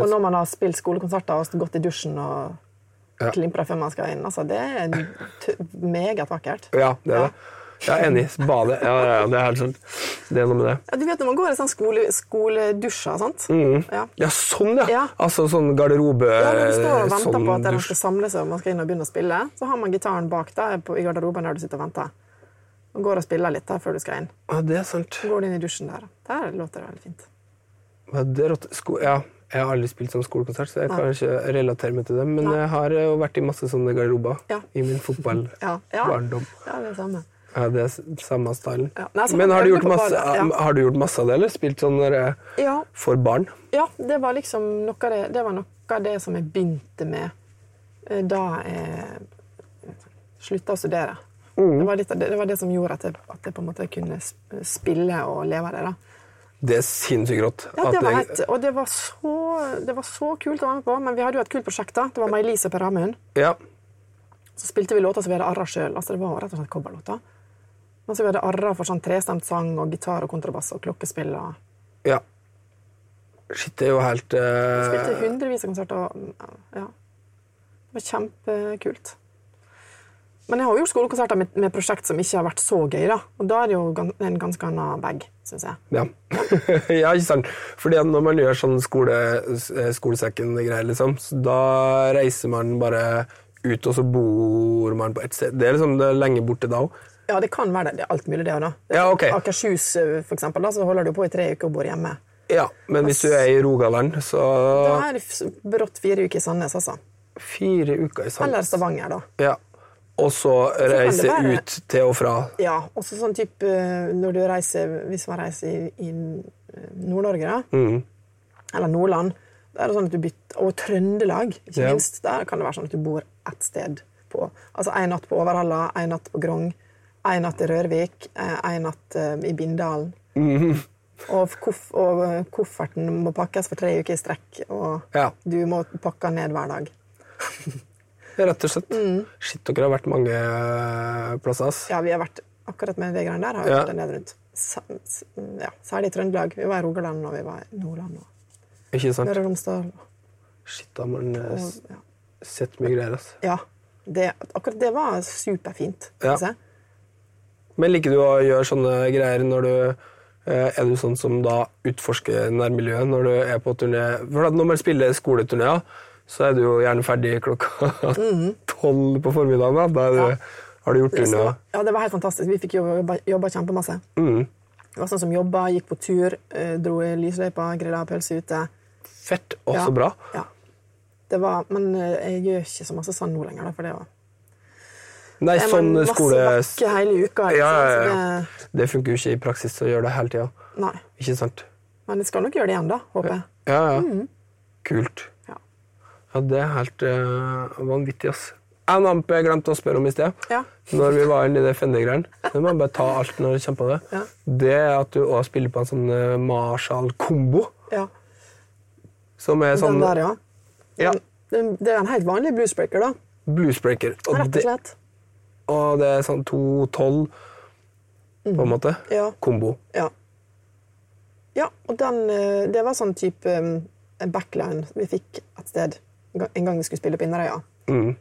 Speaker 3: Og når man har spilt skolekonserter og gått i dusjen og
Speaker 2: Ja.
Speaker 3: klimpret før man skal inn, altså det er en t meget vakkert.
Speaker 2: Ja, det er
Speaker 3: Ja.
Speaker 2: det. Jeg er enig. Badet. Ja, ja, ja, det er helt sant. Det er noe med det.
Speaker 3: Ja, du vet når man går i sånn skole, skoledusjer, sant? Ja.
Speaker 2: Ja, sånn, ja!
Speaker 3: Ja.
Speaker 2: Altså sånn garderobe
Speaker 3: Ja, når du står og venter
Speaker 2: sånn
Speaker 3: på at den
Speaker 2: dusj.
Speaker 3: skal samle seg, og man skal inn og begynne å spille, så har man gitaren bak deg på, i garderoben der du sitter og venter. Og går og spiller litt der før du skal inn.
Speaker 2: Ja, det er sant.
Speaker 3: Så går du inn i dusjen der. Der låter det veldig fint.
Speaker 2: Ja, det er rått. Sko ja, jeg har aldri spilt sånn skolekonsert, så jeg kan ikke relatere meg til det. Men jeg har jo vært i masse sånne garderober
Speaker 3: Ja.
Speaker 2: i min
Speaker 3: Ja, ja.
Speaker 2: fotballbarndom.
Speaker 3: Ja, det er det samme.
Speaker 2: Ja, det er s- samme stylen.
Speaker 3: Ja. Nei, så
Speaker 2: Men
Speaker 3: man
Speaker 2: har du,
Speaker 3: øvde
Speaker 2: gjort
Speaker 3: på
Speaker 2: masse,
Speaker 3: badet, ja.
Speaker 2: har du gjort masse av det, eller spilt sånn der, eh,
Speaker 3: Ja,
Speaker 2: for barn?
Speaker 3: ja det var liksom noe av det, det var noe av det som jeg begynte med eh, da jeg slutta å studere. Det, var litt, av det det var det som gjorde at jeg, at jeg på en måte kunne sp- spille og leve av det. da.
Speaker 2: Det er sinnssykt rått.
Speaker 3: Ja, det
Speaker 2: at
Speaker 3: var
Speaker 2: jeg-
Speaker 3: hett. Og det var, så, det var så kult å være med på. Men vi hadde jo et kult prosjekt. da. Det var May-Lise Per Amund.
Speaker 2: ja.
Speaker 3: Så spilte vi låter som vi hadde arra sjøl. Altså, det var rett og slett cowboylåter. Men så vi hadde arra for sånn trestemt sang og gitar og kontrabass og klokkespill. og
Speaker 2: ja. Shit, det er jo helt eh,
Speaker 3: Spilte hundrevis av konserter. og- Ja. Det var kjempekult. Men jeg har jo gjort skolekonserter med, med prosjekt som ikke har vært så gøy. da. Og da er det jo gan- en ganske annen bag, syns jeg.
Speaker 2: Ja. ja, ikke sant. Fordi at når man gjør sånn skole, eh, skolesekken-greier, liksom, så da reiser man bare ut, og så bor man på ett sted. Det er liksom det er lenge borte da òg.
Speaker 3: Ja, det kan være det. Det er alt mulig, det òg, da.
Speaker 2: Ja, ok.
Speaker 3: Akershus, eh, for eksempel, da, så holder du på i tre uker og bor hjemme.
Speaker 2: Ja, men hvis du er i Rogaland,
Speaker 3: Da
Speaker 2: så
Speaker 3: er det f- brått fire uker i Sandnes, altså.
Speaker 2: Fire uker i sand.
Speaker 3: Eller Stavanger, da.
Speaker 2: Ja. Og så reise
Speaker 3: være-
Speaker 2: ut til og fra.
Speaker 3: Ja, også sånn type eh, når du reiser, Hvis man reiser i, i eh, Nord-Norge, da,
Speaker 2: Mhm.
Speaker 3: eller Nordland da er det sånn at du bytter, Og Trøndelag, ikke
Speaker 2: Ja.
Speaker 3: minst. Der kan det være sånn at du bor ett sted. på, altså En natt på Overhalla, en natt på Grong, en natt i Rørvik, eh, en natt eh, i Bindalen.
Speaker 2: Mhm.
Speaker 3: Og, koff, og eh, kofferten må pakkes for tre uker i strekk, og
Speaker 2: Ja.
Speaker 3: du må pakke den ned hver dag.
Speaker 2: Rett og slett. Shit, dere har vært mange eh, plasser, ass.
Speaker 3: Mm. Ja, vi har vært akkurat med de greiene der. har vi
Speaker 2: Ja.
Speaker 3: vært en del rundt. Sa- s- Ja, særlig i Trøndelag. Vi var i Rogaland og vi var i Nordland og
Speaker 2: Ikke sant?
Speaker 3: Møre og Romsdal.
Speaker 2: Shit, da har man eh, s-
Speaker 3: Og, ja.
Speaker 2: sett mye greier, ass.
Speaker 3: ja det, akkurat det var superfint. altså.
Speaker 2: Ja.
Speaker 3: synes jeg.
Speaker 2: Men liker du å gjøre sånne greier når du eh, er du sånn som da utforsker nærmiljøet når du er på turné? For at når man spiller skoleturneer, så er du jo gjerne ferdig klokka tolv på formiddagen. Da, da er du, har du gjort
Speaker 3: Mm. Det,
Speaker 2: unna.
Speaker 3: var- ja, det var helt fantastisk. Vi fikk jo jobba, jobba kjempemasse.
Speaker 2: Mm.
Speaker 3: Det var sånn som jobba, gikk på tur, eh, dro i lysløypa, grilla pølse ute.
Speaker 2: Fett og
Speaker 3: Ja.
Speaker 2: så bra.
Speaker 3: Ja. Det var, men eh, jeg gjør ikke så masse sånn nå lenger. Da, for det var
Speaker 2: Nei,
Speaker 3: Jeg
Speaker 2: sånn
Speaker 3: må masse
Speaker 2: skole...
Speaker 3: vekke hele uka, ikke
Speaker 2: Ja, ja,
Speaker 3: sant,
Speaker 2: ja.
Speaker 3: så
Speaker 2: Det funker jo ikke i praksis å gjøre det hele tida.
Speaker 3: Nei.
Speaker 2: Ikke sant?
Speaker 3: Men jeg skal nok gjøre det igjen, da. Håper jeg.
Speaker 2: Ja, ja.
Speaker 3: Mm.
Speaker 2: Kult.
Speaker 3: Ja.
Speaker 2: Ja, det er helt eh, vanvittig, ass. En amp jeg glemte å spørre om i sted,
Speaker 3: Ja.
Speaker 2: når vi var inne i det Fender-greien Det må jeg bare ta alt når jeg kjemper det.
Speaker 3: Ja.
Speaker 2: Det er at du også spiller på en sånn eh, Marshall-kombo.
Speaker 3: Ja.
Speaker 2: Som er sånn
Speaker 3: Den der, ja.
Speaker 2: Ja,
Speaker 3: Det, det er en helt vanlig bluesbreaker, da.
Speaker 2: bluesbreaker. Og
Speaker 3: Rett og
Speaker 2: det,
Speaker 3: slett.
Speaker 2: og det er sånn 212, på en måte.
Speaker 3: Mm. Ja.
Speaker 2: Kombo.
Speaker 3: Ja. ja og den, eh, det var sånn type um, en backline vi fikk et sted en gang- en gang vi skulle spille på Inderøya.
Speaker 2: Mm.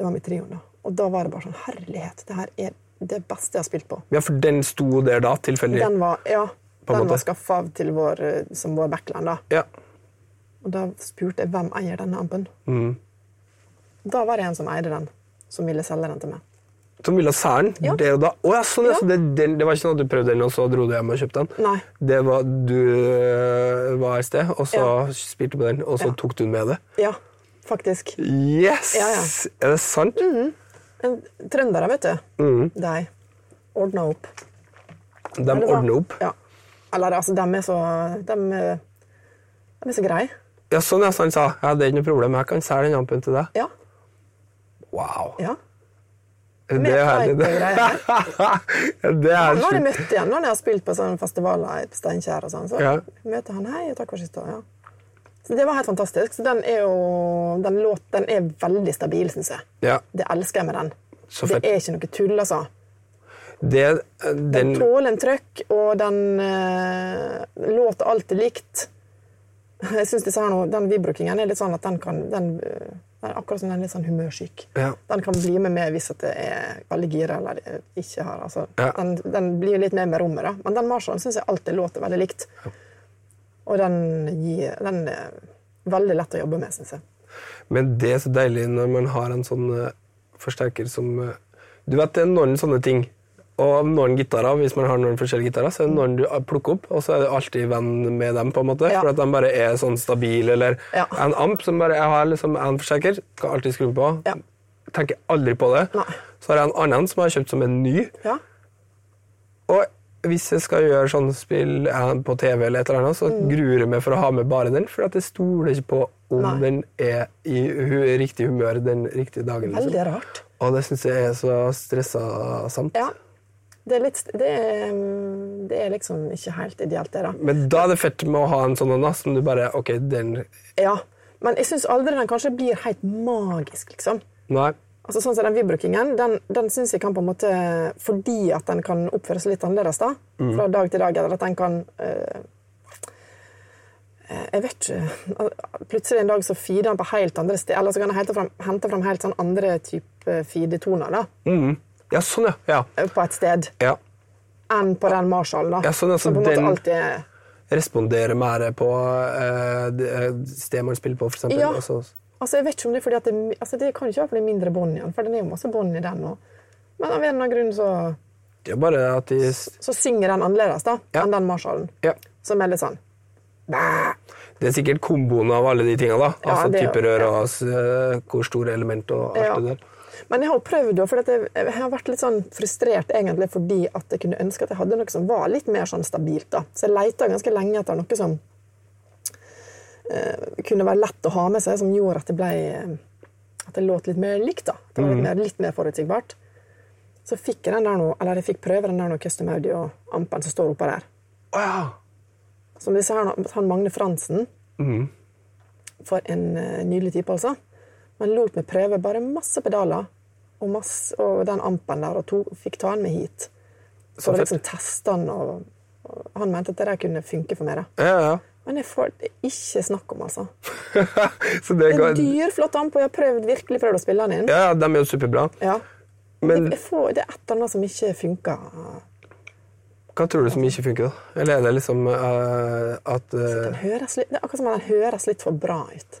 Speaker 3: Det var med trioen, da. Og da var det bare sånn Herlighet, det her er det beste jeg har spilt på.
Speaker 2: Ja, for den sto der da, tilfeldig.
Speaker 3: Den var, ja,
Speaker 2: På en
Speaker 3: den
Speaker 2: måte.
Speaker 3: var skaffa til vår, eh, som vår backline, da.
Speaker 2: Ja.
Speaker 3: Og da spurte jeg hvem
Speaker 2: Mm.
Speaker 3: eier denne ampen. Da var det en som eide den, som ville selge den til meg.
Speaker 2: Som ville ha særen
Speaker 3: Ja.
Speaker 2: der og da. Å, ja, sånn, ja.
Speaker 3: Ja.
Speaker 2: Så det, den- det var ikke sånn at du prøvde den, og så dro du hjem og kjøpte den?
Speaker 3: Nei.
Speaker 2: Det var, Du øh, var et sted, og så
Speaker 3: Ja.
Speaker 2: spilte du med den, og så
Speaker 3: Ja.
Speaker 2: tok du den med deg.
Speaker 3: Ja, faktisk.
Speaker 2: Yes!
Speaker 3: Ja, Mm, ja.
Speaker 2: Er det sant?
Speaker 3: En- Trøndere, vet du. De ordna opp.
Speaker 2: Mm. De
Speaker 3: Eller hva?
Speaker 2: ordner opp.
Speaker 3: Ja. Eller altså, de er så De, eh, de er så greie.
Speaker 2: Ja, sånn ja, så han sa. Ja, det er ikke noe problem, jeg kan selge den ampen til deg.
Speaker 3: Ja.
Speaker 2: Wow.
Speaker 3: ja.
Speaker 2: Det er herlig.
Speaker 3: fight og greier.
Speaker 2: Ja, det er
Speaker 3: Nå har jeg
Speaker 2: sjukt.
Speaker 3: møtt igjen når jeg har spilt på sånne festivaler på Steinkjer. og sånn, Så
Speaker 2: Ja.
Speaker 3: møter han hei, takk for sist. da», Ja. Så det var helt fantastisk. Så den er jo, den låt, den er veldig stabil, syns jeg.
Speaker 2: Ja,
Speaker 3: Det elsker jeg med den.
Speaker 2: Så
Speaker 3: det
Speaker 2: fett.
Speaker 3: er ikke noe tull, altså.
Speaker 2: det, øh,
Speaker 3: Den
Speaker 2: den,
Speaker 3: tåler en trøkk, og den eh, låter alltid likt. Jeg synes disse her nå, Den vibrokingen er litt sånn at den kan den, eh, den er Akkurat som den er litt sånn humørsyk.
Speaker 2: Ja.
Speaker 3: Den kan bli med meg hvis at det er veldig gira eller eh, ikke har altså,
Speaker 2: Ja.
Speaker 3: den, den blir litt med med rommet, da. Men den Marshallen syns jeg alltid låter veldig likt. Og den, gir, den er veldig lett å jobbe med, syns jeg.
Speaker 2: men det er så deilig når man har en sånn eh, forsterker som eh, Du vet, det er noen sånne ting. Og noen gitarer, hvis man har noen forskjellige gitarer, så er det noen du eh, plukker opp, og så er du alltid venn med dem, på en måte,
Speaker 3: Ja.
Speaker 2: for at de bare er sånn stabile, eller
Speaker 3: Ja.
Speaker 2: en amp som bare Jeg har liksom en forsterker, skal alltid skru på.
Speaker 3: Ja.
Speaker 2: Tenker aldri på det.
Speaker 3: Nei.
Speaker 2: Så har jeg en annen som jeg har kjøpt som en ny.
Speaker 3: Ja.
Speaker 2: Og hvis jeg skal gjøre sånn spill eh, på TV, eller et eller annet, så
Speaker 3: Mm.
Speaker 2: gruer jeg meg for å ha med bare den, for at jeg stoler ikke på om
Speaker 3: Nei.
Speaker 2: den er i hu riktig humør den riktige dagen. liksom.
Speaker 3: Veldig rart.
Speaker 2: Og det syns jeg er så stressa samt.
Speaker 3: Ja. Det er, litt, det, er, det er liksom ikke helt ideelt, det, da.
Speaker 2: Men da er det fett med å ha en sånn en da, som du bare Ok, den
Speaker 3: Ja, men jeg syns aldri den kanskje blir helt magisk, liksom.
Speaker 2: Nei.
Speaker 3: Altså sånn som Den vibrokingen den, den syns jeg kan på en måte Fordi at den kan oppføres litt annerledes da,
Speaker 2: Mhm.
Speaker 3: fra dag til dag, eller at den kan eh, eh, Jeg vet ikke al- Plutselig en dag så feeder den på helt andre steder, eller så kan den hente fram, hente fram helt sånn andre type feedetoner da,
Speaker 2: Ja, sånn, ja. ja.
Speaker 3: på et sted,
Speaker 2: ja.
Speaker 3: enn på den Marshallen. da.
Speaker 2: Ja, sånn, altså,
Speaker 3: som på en måte
Speaker 2: den-
Speaker 3: alltid er
Speaker 2: Respondere mer på eh, det eh, stedet man spiller på, for eksempel.
Speaker 3: Ja.
Speaker 2: og så-
Speaker 3: Altså, jeg vet ikke om det er fordi at det, er mi- altså, det kan ikke være fordi det er mindre bånd i den, for den er jo masse bånd i den òg. Men av en eller annen grunn så,
Speaker 2: det er bare at de
Speaker 3: så synger den annerledes da,
Speaker 2: Ja.
Speaker 3: enn den Marshallen.
Speaker 2: Ja.
Speaker 3: Som er litt sånn bæ.
Speaker 2: Det er sikkert komboen av alle de tinga, da.
Speaker 3: Ja,
Speaker 2: altså
Speaker 3: det er jo-
Speaker 2: type rør
Speaker 3: ja.
Speaker 2: og eh, hvor store element og alt
Speaker 3: Ja.
Speaker 2: det der.
Speaker 3: Men jeg har jo prøvd, da, for at jeg, jeg har vært litt sånn frustrert egentlig fordi at jeg kunne ønske at jeg hadde noe som var litt mer sånn stabilt. da. Så jeg leita ganske lenge etter noe som eh, kunne være lett å ha med seg, som gjorde at det ble eh, at det låt litt mer likt. da. At Det
Speaker 2: Mhm.
Speaker 3: var litt mer, litt mer forutsigbart. Så fikk jeg den der nå, eller jeg fikk prøve den der nå, custom audio-ampen som står oppå der.
Speaker 2: Å ja.
Speaker 3: Som disse her, nå, han Magne Fransen.
Speaker 2: Mm.
Speaker 3: For en eh, nydelig type, altså. Men lot meg prøve bare masse pedaler og, masse, og den ampen der, og to, fikk ta den med hit. Så
Speaker 2: Så fett.
Speaker 3: liksom teste den, og, og han mente at det der kunne funke for meg. da.
Speaker 2: Ja, ja.
Speaker 3: Men jeg får det er ikke snakk om, altså.
Speaker 2: Så det
Speaker 3: Det er
Speaker 2: går,
Speaker 3: en dyr, flott amp, og jeg har prøvd, virkelig prøvd å spille den inn.
Speaker 2: ja, ja, de er jo superbra.
Speaker 3: Ja.
Speaker 2: Men
Speaker 3: Jeg får, det er et eller annet som ikke funker.
Speaker 2: hva tror du som ikke funker, da? Eller er det liksom eh, at eh,
Speaker 3: Den høres litt, det er akkurat som om den høres litt for bra ut.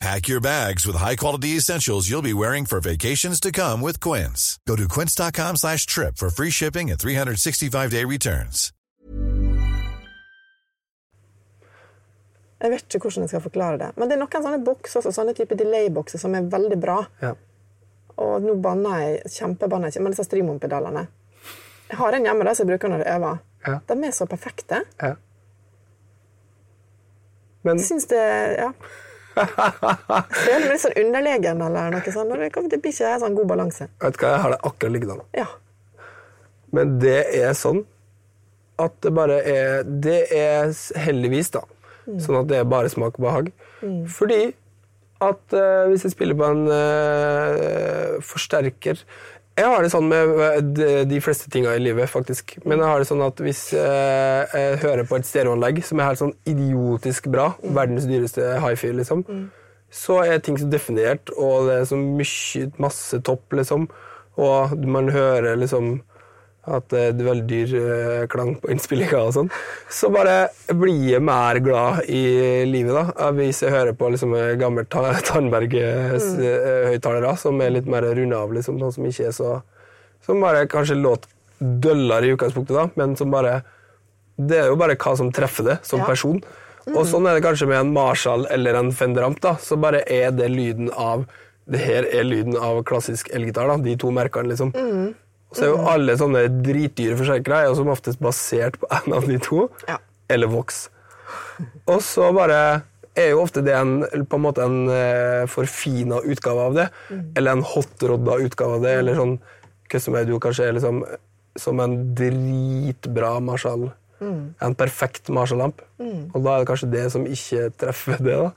Speaker 4: Pack your bags with high-quality essentials you'll be wearing for vacations to come with Quince. Go to quince.com slash trip for free shipping and 365-day returns.
Speaker 3: Jeg vet ikke hvordan jeg skal forklare det. Men det er noen sånne bokser, også, sånne type delay-bokser som er veldig bra.
Speaker 2: ja.
Speaker 3: Og nå banner jeg kjempebanner jeg ikke, men disse Streamon-pedalene. Jeg har en hjemme da, som jeg bruker når jeg øver.
Speaker 2: Ja.
Speaker 3: De er så perfekte.
Speaker 2: ja. Men
Speaker 3: Jeg syns det Ja. Jeg føler meg litt sånn underlegen eller noe sånt. og Det kan- det blir ikke helt sånn god balanse.
Speaker 2: vet du hva, jeg har det akkurat likedan.
Speaker 3: Ja.
Speaker 2: Men det er sånn at det bare er Det er s- heldigvis, da. Sånn at det er bare smak og behag. Fordi at eh, hvis jeg spiller på en eh, forsterker Jeg har det sånn med med de- de fleste tinga i livet, faktisk. Men jeg har det sånn at hvis eh, jeg hører på et stereoanlegg som er helt sånn idiotisk bra, verdens dyreste hifi, liksom, så er ting så definert, og det er så mye, masse topp, liksom. Og man hører liksom at det er veldig dyr eh, klang på innspillinga og sånn. Så bare blir jeg mer glad i livet, da. Hvis jeg hører på liksom eh, gammel ta eh, Tandberg-høyttalere som er litt mer runda av, liksom, sånn som ikke er så Som bare kanskje låt døllere i utgangspunktet, da, men som bare Det er jo bare hva som treffer det som
Speaker 3: Ja.
Speaker 2: person. Og sånn er det kanskje med en Marshall eller en Fender Amp, da. Så bare er det lyden av Det her er lyden av klassisk elgitar, da. De to merkene, liksom. Og så er jo alle sånne dritdyre forsterkere er jo som oftest basert på en av de to,
Speaker 3: Ja.
Speaker 2: eller Vox. Og så bare er jo ofte det en, på en måte en eh, forfina utgave av det, eller en hotrodda utgave av det, eller sånn custom audio kanskje er liksom som en dritbra Marshall. En perfekt Marshall-lamp. Og da er det kanskje det som ikke treffer det, da.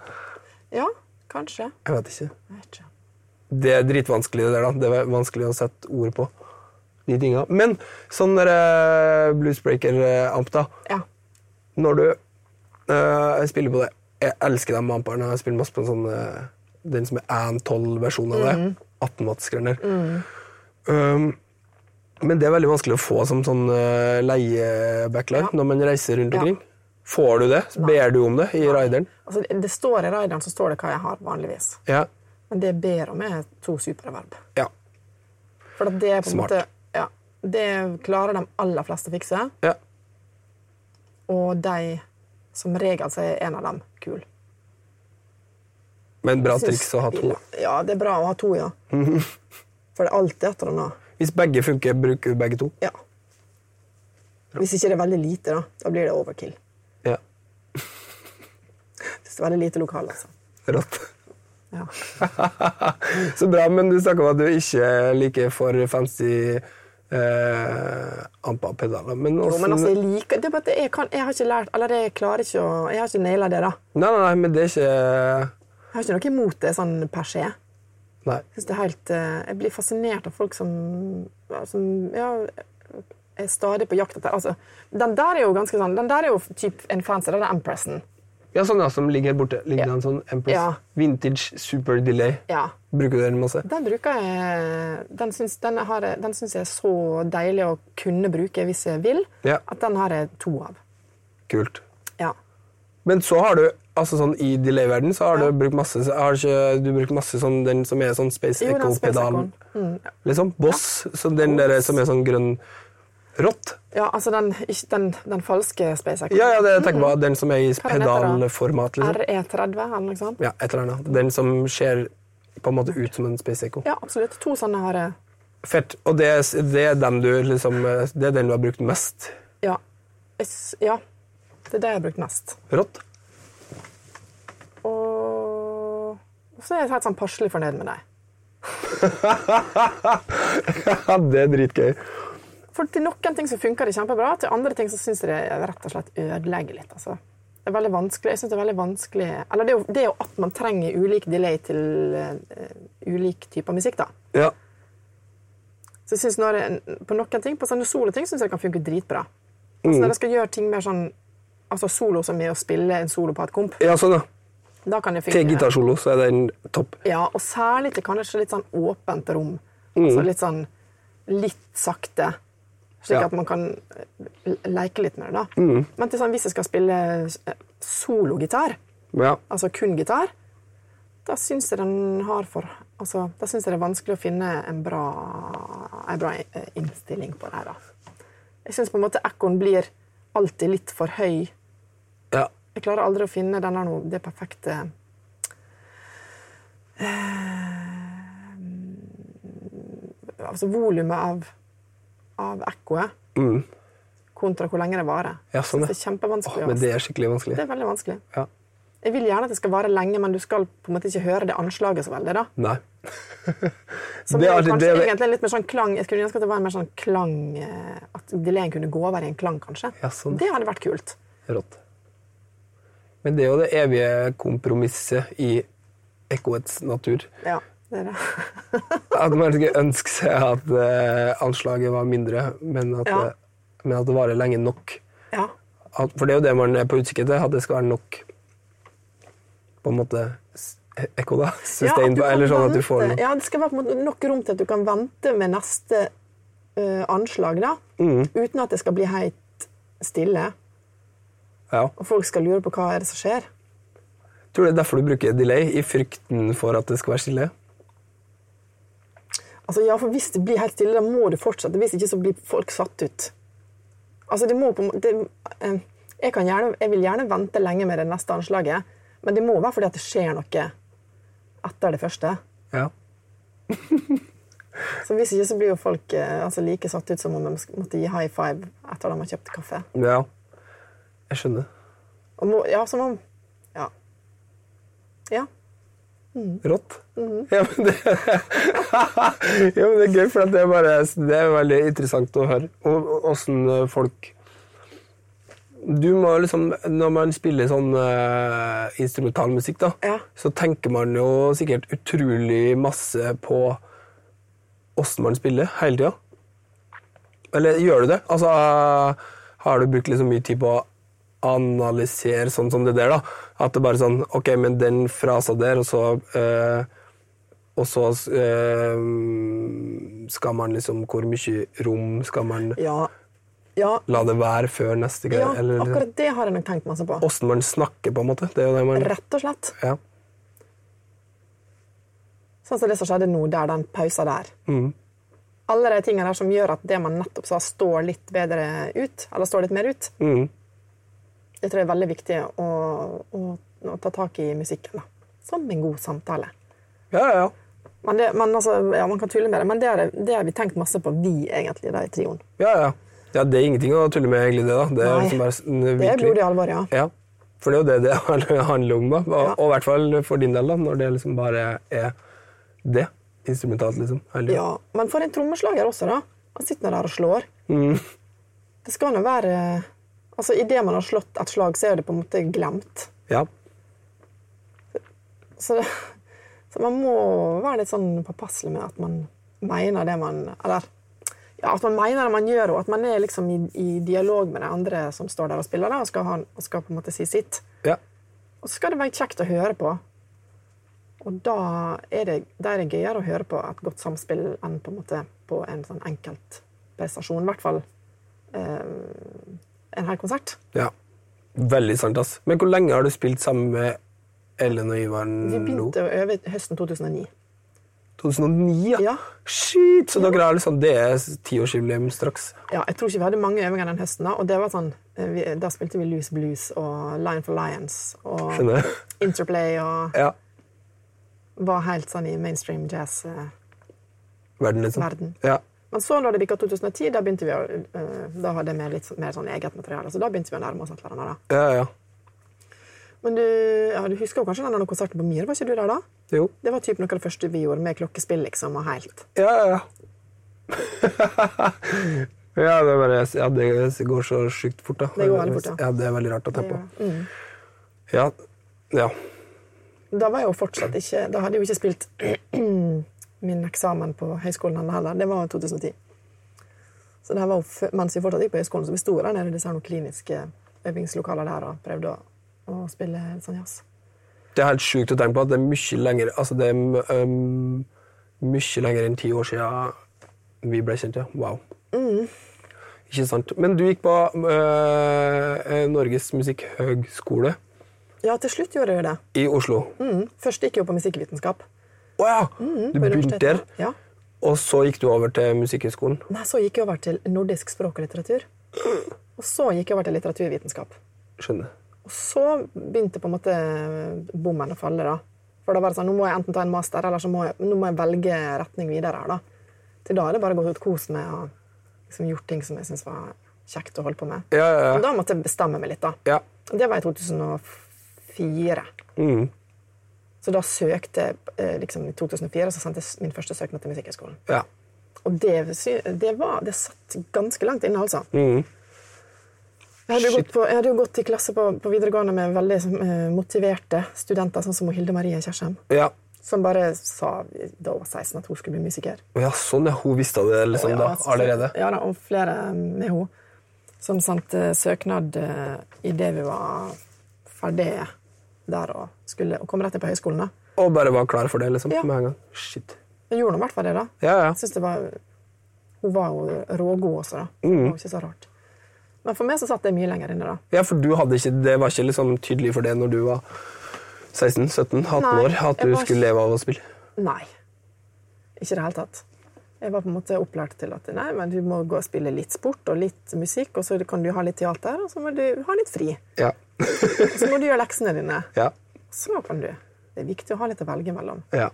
Speaker 3: Ja, kanskje.
Speaker 2: Jeg vet ikke.
Speaker 3: Jeg vet ikke.
Speaker 2: Det er dritvanskelig, det der. da. Det er vanskelig å sette ord på. De tinga. Men sånn der, eh, bluesbreaker-amp, da.
Speaker 3: Ja.
Speaker 2: Når du eh, spiller på det Jeg elsker de amperne. Jeg spiller masse på en sånn, eh, den som er 1.12-versjonen av det.
Speaker 3: Mm.
Speaker 2: 18 watts-greier. Um, men det er veldig vanskelig å få som sånn uh, leiebacklight når man reiser rundt
Speaker 3: Ja.
Speaker 2: omkring. Får du det? Ber du om det i rideren?
Speaker 3: Altså, det- det står I rideren så står det hva jeg har vanligvis.
Speaker 2: Ja.
Speaker 3: Men det jeg ber om, er to superverb.
Speaker 2: ja.
Speaker 3: For at det er på en
Speaker 2: Smart.
Speaker 3: måte ja, Det klarer de aller fleste å fikse.
Speaker 2: ja.
Speaker 3: Og de som regel så er en av dem kul.
Speaker 2: Men bra
Speaker 3: Synes-
Speaker 2: triks å ha to.
Speaker 3: Ja, det er bra å ha to, ja. For det er alltid et eller annet.
Speaker 2: Hvis begge funker, bruker du begge to.
Speaker 3: Ja. Hvis ikke det er veldig lite, da. Da blir det overkill.
Speaker 2: Ja.
Speaker 3: Hvis det er veldig lite lokal, altså.
Speaker 2: Rått.
Speaker 3: Ja.
Speaker 2: Så bra, men du snakker om at du ikke liker for fancy eh, ampa-pedaler. Men,
Speaker 3: Jo,
Speaker 2: også,
Speaker 3: men altså, jeg liker det er bare at jeg, kan, jeg har ikke lært Eller jeg klarer ikke å Jeg har ikke naila det, da.
Speaker 2: Nei, nei, nei, men det er ikke
Speaker 3: Jeg har ikke noe imot det sånn per se. Jeg,
Speaker 2: Nei.
Speaker 3: synes det er helt, eh, jeg blir fascinert av folk som, ja, som ja, er stadig på jakt etter altså, Den der er jo ganske sånn Den der er jo typ en fancy, den Empressen.
Speaker 2: Ja, sånn ja, som ligger her borte. Ligger
Speaker 3: Ja.
Speaker 2: det en sånn Empress
Speaker 3: Ja.
Speaker 2: Vintage Super Delay.
Speaker 3: Ja.
Speaker 2: Bruker du den masse?
Speaker 3: Den bruker jeg Den syns, den har, jeg- den syns jeg er så deilig å kunne bruke hvis jeg vil,
Speaker 2: Ja.
Speaker 3: at den har jeg to av.
Speaker 2: Kult.
Speaker 3: Ja.
Speaker 2: Men så har du altså sånn i delay-verden så har du brukt masse har du ikke, du brukt masse sånn den som er sånn Space
Speaker 3: Jo, den Space
Speaker 2: Echo-pedalen.
Speaker 3: Echoen. Mm.
Speaker 2: Liksom Boss. Så den der som er sånn grønn Rått.
Speaker 3: Ja, altså den, ikke den, den falske Space Echo.
Speaker 2: Ja, ja, det jeg tenker på. Den som er i
Speaker 3: Mm. Hva er den heter da?
Speaker 2: pedalformat, liksom.
Speaker 3: RE30 E eller noe sånt.
Speaker 2: Ja, et eller annet. Den som ser på en måte ut som en Space Echo.
Speaker 3: Ja, absolutt. To sånne har jeg.
Speaker 2: Fett. Og det, er- det, er den du, liksom, det er den du har brukt mest.
Speaker 3: Ja. Jeg s- ja. Det er det jeg har brukt mest.
Speaker 2: Rått.
Speaker 3: Og og så er jeg helt sånn passelig fornøyd med dem.
Speaker 2: Ja, det er dritgøy.
Speaker 3: For til noen ting så funker det kjempebra, til andre ting så syns jeg det rett og slett ødelegger litt. altså. Det er veldig vanskelig. Jeg synes det er veldig vanskelig. Eller det er, jo, det er jo at man trenger ulik delay til eh, ulik type musikk, da.
Speaker 2: Ja.
Speaker 3: Så jeg synes når jeg, på noen ting, på sånne soloting synes jeg det kan funke dritbra. Altså Når jeg skal gjøre ting mer sånn altså solo som er å spille en solo på et komp,
Speaker 2: ja, sånn, ja.
Speaker 3: da kan det funke.
Speaker 2: Til gitarsolo så er den topp.
Speaker 3: Ja, og særlig til kanskje litt sånn åpent rom. Altså litt sånn litt sakte. Slik
Speaker 2: Ja.
Speaker 3: at man kan eh, leke litt med det, da. Men til sånn, hvis jeg skal spille eh, sologitar,
Speaker 2: Ja.
Speaker 3: altså kun gitar, da syns jeg den har for Altså, da syns jeg det er vanskelig å finne en bra, en bra eh, innstilling på det her, da. Jeg syns på en måte ekkoen blir alltid litt for høy.
Speaker 2: ja.
Speaker 3: Jeg klarer aldri å finne denne, no- det perfekte eh, Altså volumet av, av ekkoet kontra hvor lenge det varer.
Speaker 2: Mm. Ja, sånn, ja.
Speaker 3: Jeg synes det er
Speaker 2: Åh,
Speaker 3: kjempevanskelig. å-
Speaker 2: men det er skikkelig vanskelig.
Speaker 3: det er veldig vanskelig.
Speaker 2: Ja.
Speaker 3: Jeg vil gjerne at det skal vare lenge, men du skal på en måte ikke høre det anslaget så veldig. da.
Speaker 2: Nei.
Speaker 3: Så
Speaker 2: Det
Speaker 3: det
Speaker 2: er
Speaker 3: er
Speaker 2: alltid-
Speaker 3: kanskje
Speaker 2: det er-
Speaker 3: egentlig litt mer sånn klang, Jeg skulle ønske at det var en mer sånn klang eh, At delayen kunne gå over i en klang, kanskje.
Speaker 2: Ja, sånn.
Speaker 3: Det hadde vært kult.
Speaker 2: Rått. Men det er jo det evige kompromisset i ekkoets natur.
Speaker 3: Ja. Dere.
Speaker 2: At man skulle ønske seg at eh, anslaget var mindre, men at,
Speaker 3: Ja.
Speaker 2: det- men at det varer lenge nok.
Speaker 3: Ja.
Speaker 2: At, for det er jo det man er på utkikk etter, at det skal være nok på en måte s- e- ekko, da.
Speaker 3: at
Speaker 2: Sustain,
Speaker 3: du kan
Speaker 2: eller sånn at du
Speaker 3: vente.
Speaker 2: får noe.
Speaker 3: Ja, det skal være på en måte nok rom til at du kan vente med neste eh, anslag, da.
Speaker 2: Mm.
Speaker 3: Uten at det skal bli helt stille,
Speaker 2: Ja.
Speaker 3: og folk skal lure på hva er det som skjer.
Speaker 2: Tror du det er derfor du bruker delay, i frykten for at det skal være stille?
Speaker 3: Altså, ja, for Hvis det blir helt stille, da må du fortsette. Hvis ikke så blir folk satt ut. Altså, det må på en må- det, eh, jeg, kan gjerne, jeg vil gjerne vente lenge med det neste anslaget, men det må være fordi at det skjer noe etter det første.
Speaker 2: Ja.
Speaker 3: Så Hvis ikke så blir jo folk eh, altså, like satt ut som om de sk- måtte gi high five etter at de har kjøpt kaffe.
Speaker 2: ja. Jeg skjønner.
Speaker 3: Og må, ja, som om Ja. Ja.
Speaker 2: Rått. ja, men det, ja, men det er gøy, for at det er, bare, det er veldig interessant å høre og- og åssen folk Du må liksom Når man spiller sånn eh, instrumental musikk, da,
Speaker 3: Ja.
Speaker 2: så tenker man jo sikkert utrolig masse på åssen man spiller, hele tida. Eller gjør du det? Altså, har du brukt liksom mye tid på å analysere sånn som det der, da? At det bare er sånn Ok, men den frasa der, og så eh, Og så eh, skal man liksom Hvor mye rom skal man
Speaker 3: Ja. ja.
Speaker 2: la det være før neste
Speaker 3: ja
Speaker 2: greie? eller liksom,
Speaker 3: akkurat det har jeg nok tenkt masse på.
Speaker 2: åssen man snakker, på en måte. Det er jo det man
Speaker 3: Rett og slett.
Speaker 2: ja.
Speaker 3: Sånn som det som skjedde nå, der den pausa der.
Speaker 2: Mm.
Speaker 3: Alle de tingene der som gjør at det man nettopp sa, står litt bedre ut, eller står litt mer ut,
Speaker 2: Mhm.
Speaker 3: det tror jeg er veldig viktig å, å, å ta tak i musikken. da. Som en god samtale.
Speaker 2: ja, ja, ja.
Speaker 3: Men, det, men altså, ja, Man kan tulle med det, men det har, jeg- det har vi tenkt masse på, vi egentlig, da, i trioen.
Speaker 2: Ja, ja. ja, det er ingenting å tulle med, egentlig. det da. Det er
Speaker 3: Nei.
Speaker 2: liksom bare, s-
Speaker 3: Det er
Speaker 2: virkelig-
Speaker 3: blodig alvor, ja.
Speaker 2: Ja, for det er jo det det handler- handler om, da. Og,
Speaker 3: Ja.
Speaker 2: og i hvert fall for din del, da, når det liksom bare er det. Instrumentalt, liksom. Eller,
Speaker 3: ja. Men for en trommeslager også, da. Han sitter nå der og slår. Det skal nå være Altså, Idet man har slått et slag, så er det på en måte glemt.
Speaker 2: ja.
Speaker 3: Så, det, så man må være litt sånn påpasselig med at man mener det man Eller ja, at man mener det man gjør, og at man er liksom i, i dialog med de andre som står der og spiller, da, og, skal ha, og skal på en måte si sitt.
Speaker 2: ja.
Speaker 3: Og så skal det være kjekt å høre på. Og da er det, da er det gøyere å høre på et godt samspill enn på en, måte på en sånn enkelt prestasjon. I hvert fall eh, en hel konsert.
Speaker 2: Ja. Veldig sant, ass. Men hvor lenge har du spilt sammen med Ellen og Ivar
Speaker 3: Vi
Speaker 2: Mm, nå?
Speaker 3: begynte å øve høsten 2009.
Speaker 2: 2009, ja.
Speaker 3: Ja.
Speaker 2: Shit! Så dere har liksom det er tiårsjubileum straks.
Speaker 3: Ja, jeg tror ikke vi hadde mange øvinger den høsten. Da, og det var sånn, eh, vi, da spilte vi Loose Blues og Lion for Lions og
Speaker 2: Skjønner jeg.
Speaker 3: Interplay og
Speaker 2: Ja.
Speaker 3: var helt sånn i mainstream eh, jazz-verden.
Speaker 2: Verden, liksom. Ja.
Speaker 3: Men så når det bikka 2010, da begynte vi å, eh, da hadde vi litt sånn- mer sånn eget materiale. Så da begynte vi å nærme oss et eller annet. da.
Speaker 2: ja, ja.
Speaker 3: Men du, ja, du husker jo kanskje den andre konserten på Myr, var ikke du der da?
Speaker 2: Jo.
Speaker 3: Det var typ noe av det første vi gjorde med klokkespill, liksom, og helt.
Speaker 2: Ja, ja, ja. ja, det er bare, ja, det går så sjukt fort, da.
Speaker 3: Det går veldig fort, ja.
Speaker 2: ja. Det er veldig rart å tenke
Speaker 3: Det
Speaker 2: på. Ja, ja.
Speaker 3: Da var jeg jo fortsatt ikke Da hadde jeg jo ikke spilt min eksamen på høyskolen ennå heller. Det var jo 2010. Så det her var jo fø- mens vi fortsatt gikk på høyskolen, så vi sto der nede i disse her noen kliniske øvingslokaler der og prøvde å, å spille litt sånn jazz.
Speaker 2: Det er helt sjukt å tenke på at det er mye lenger altså det er øhm, mye lenger enn ti år siden vi ble kjent. ja. Wow.
Speaker 3: Mm.
Speaker 2: Ikke sant. Men du gikk på øh, Norges musikkhøgskole
Speaker 3: Ja, til slutt gjorde jeg jo det.
Speaker 2: i Oslo. Å
Speaker 3: Mm. Først gikk jeg jo på musikkvitenskap.
Speaker 2: ja! Du
Speaker 3: på
Speaker 2: begynte der,
Speaker 3: universitetet. Mm, Ja.
Speaker 2: og så gikk du over til Musikkhøgskolen.
Speaker 3: Nei, så gikk jeg over til nordisk språk og litteratur. Og så gikk jeg over til litteraturvitenskap.
Speaker 2: Skjønner.
Speaker 3: Og så begynte på en måte eh, bommen å falle, da. For da var det sånn, nå må jeg enten ta en master, eller så må jeg, nå må jeg velge retning videre her, da. Til da hadde det bare gått ut kos med og liksom gjort ting som jeg syntes var kjekt å holde på med.
Speaker 2: Ja, ja,
Speaker 3: Men
Speaker 2: ja.
Speaker 3: da måtte jeg bestemme meg litt, da.
Speaker 2: ja.
Speaker 3: Og det var i 2004.
Speaker 2: Mm.
Speaker 3: Så da søkte jeg eh, liksom i 2004, så sendte jeg min første søknad til Musikkhøgskolen.
Speaker 2: Ja.
Speaker 3: Og det, sy- det, var, det satt ganske langt inne, altså.
Speaker 2: Mm,
Speaker 3: Jeg, hadde jo gått på, jeg hadde jo gått i klasse på, på videregående med veldig eh, motiverte studenter, sånn som Hilde Marie Kjersheim.
Speaker 2: ja.
Speaker 3: som bare sa da hun var 16 at hun skulle bli musiker.
Speaker 2: Å ja, sånn, ja. Hun visste det liksom,
Speaker 3: Og ja,
Speaker 2: da,
Speaker 3: altså,
Speaker 2: allerede.
Speaker 3: Ja da, og flere med henne som sendte søknad eh, idet vi var ferdige der og, skulle, og kom rett inn på høyskolen. da.
Speaker 2: Og bare var klar for det liksom,
Speaker 3: Ja.
Speaker 2: med en gang. Shit.
Speaker 3: Men gjorde nå i hvert fall det, da.
Speaker 2: Ja, ja.
Speaker 3: Jeg synes det var, Hun var jo rågod også,
Speaker 2: Mm.
Speaker 3: da. Det var jo ikke så rart. Men for meg så satt det mye lenger inne, da.
Speaker 2: Ja, for du hadde ikke, det var ikke liksom tydelig for det når du var 16-17-18
Speaker 3: Nei,
Speaker 2: år, at
Speaker 3: jeg
Speaker 2: du skulle
Speaker 3: var ikke-
Speaker 2: leve av å spille.
Speaker 3: Nei. Ikke i det hele tatt. Jeg var på en måte opplært til at nei, men du må gå og spille litt sport og litt musikk, og så kan du ha litt teater, og så må du ha litt fri.
Speaker 2: Ja.
Speaker 3: Og så må du gjøre leksene dine.
Speaker 2: ja.
Speaker 3: Så kan du. Det er viktig å ha litt å velge mellom.
Speaker 2: Ja.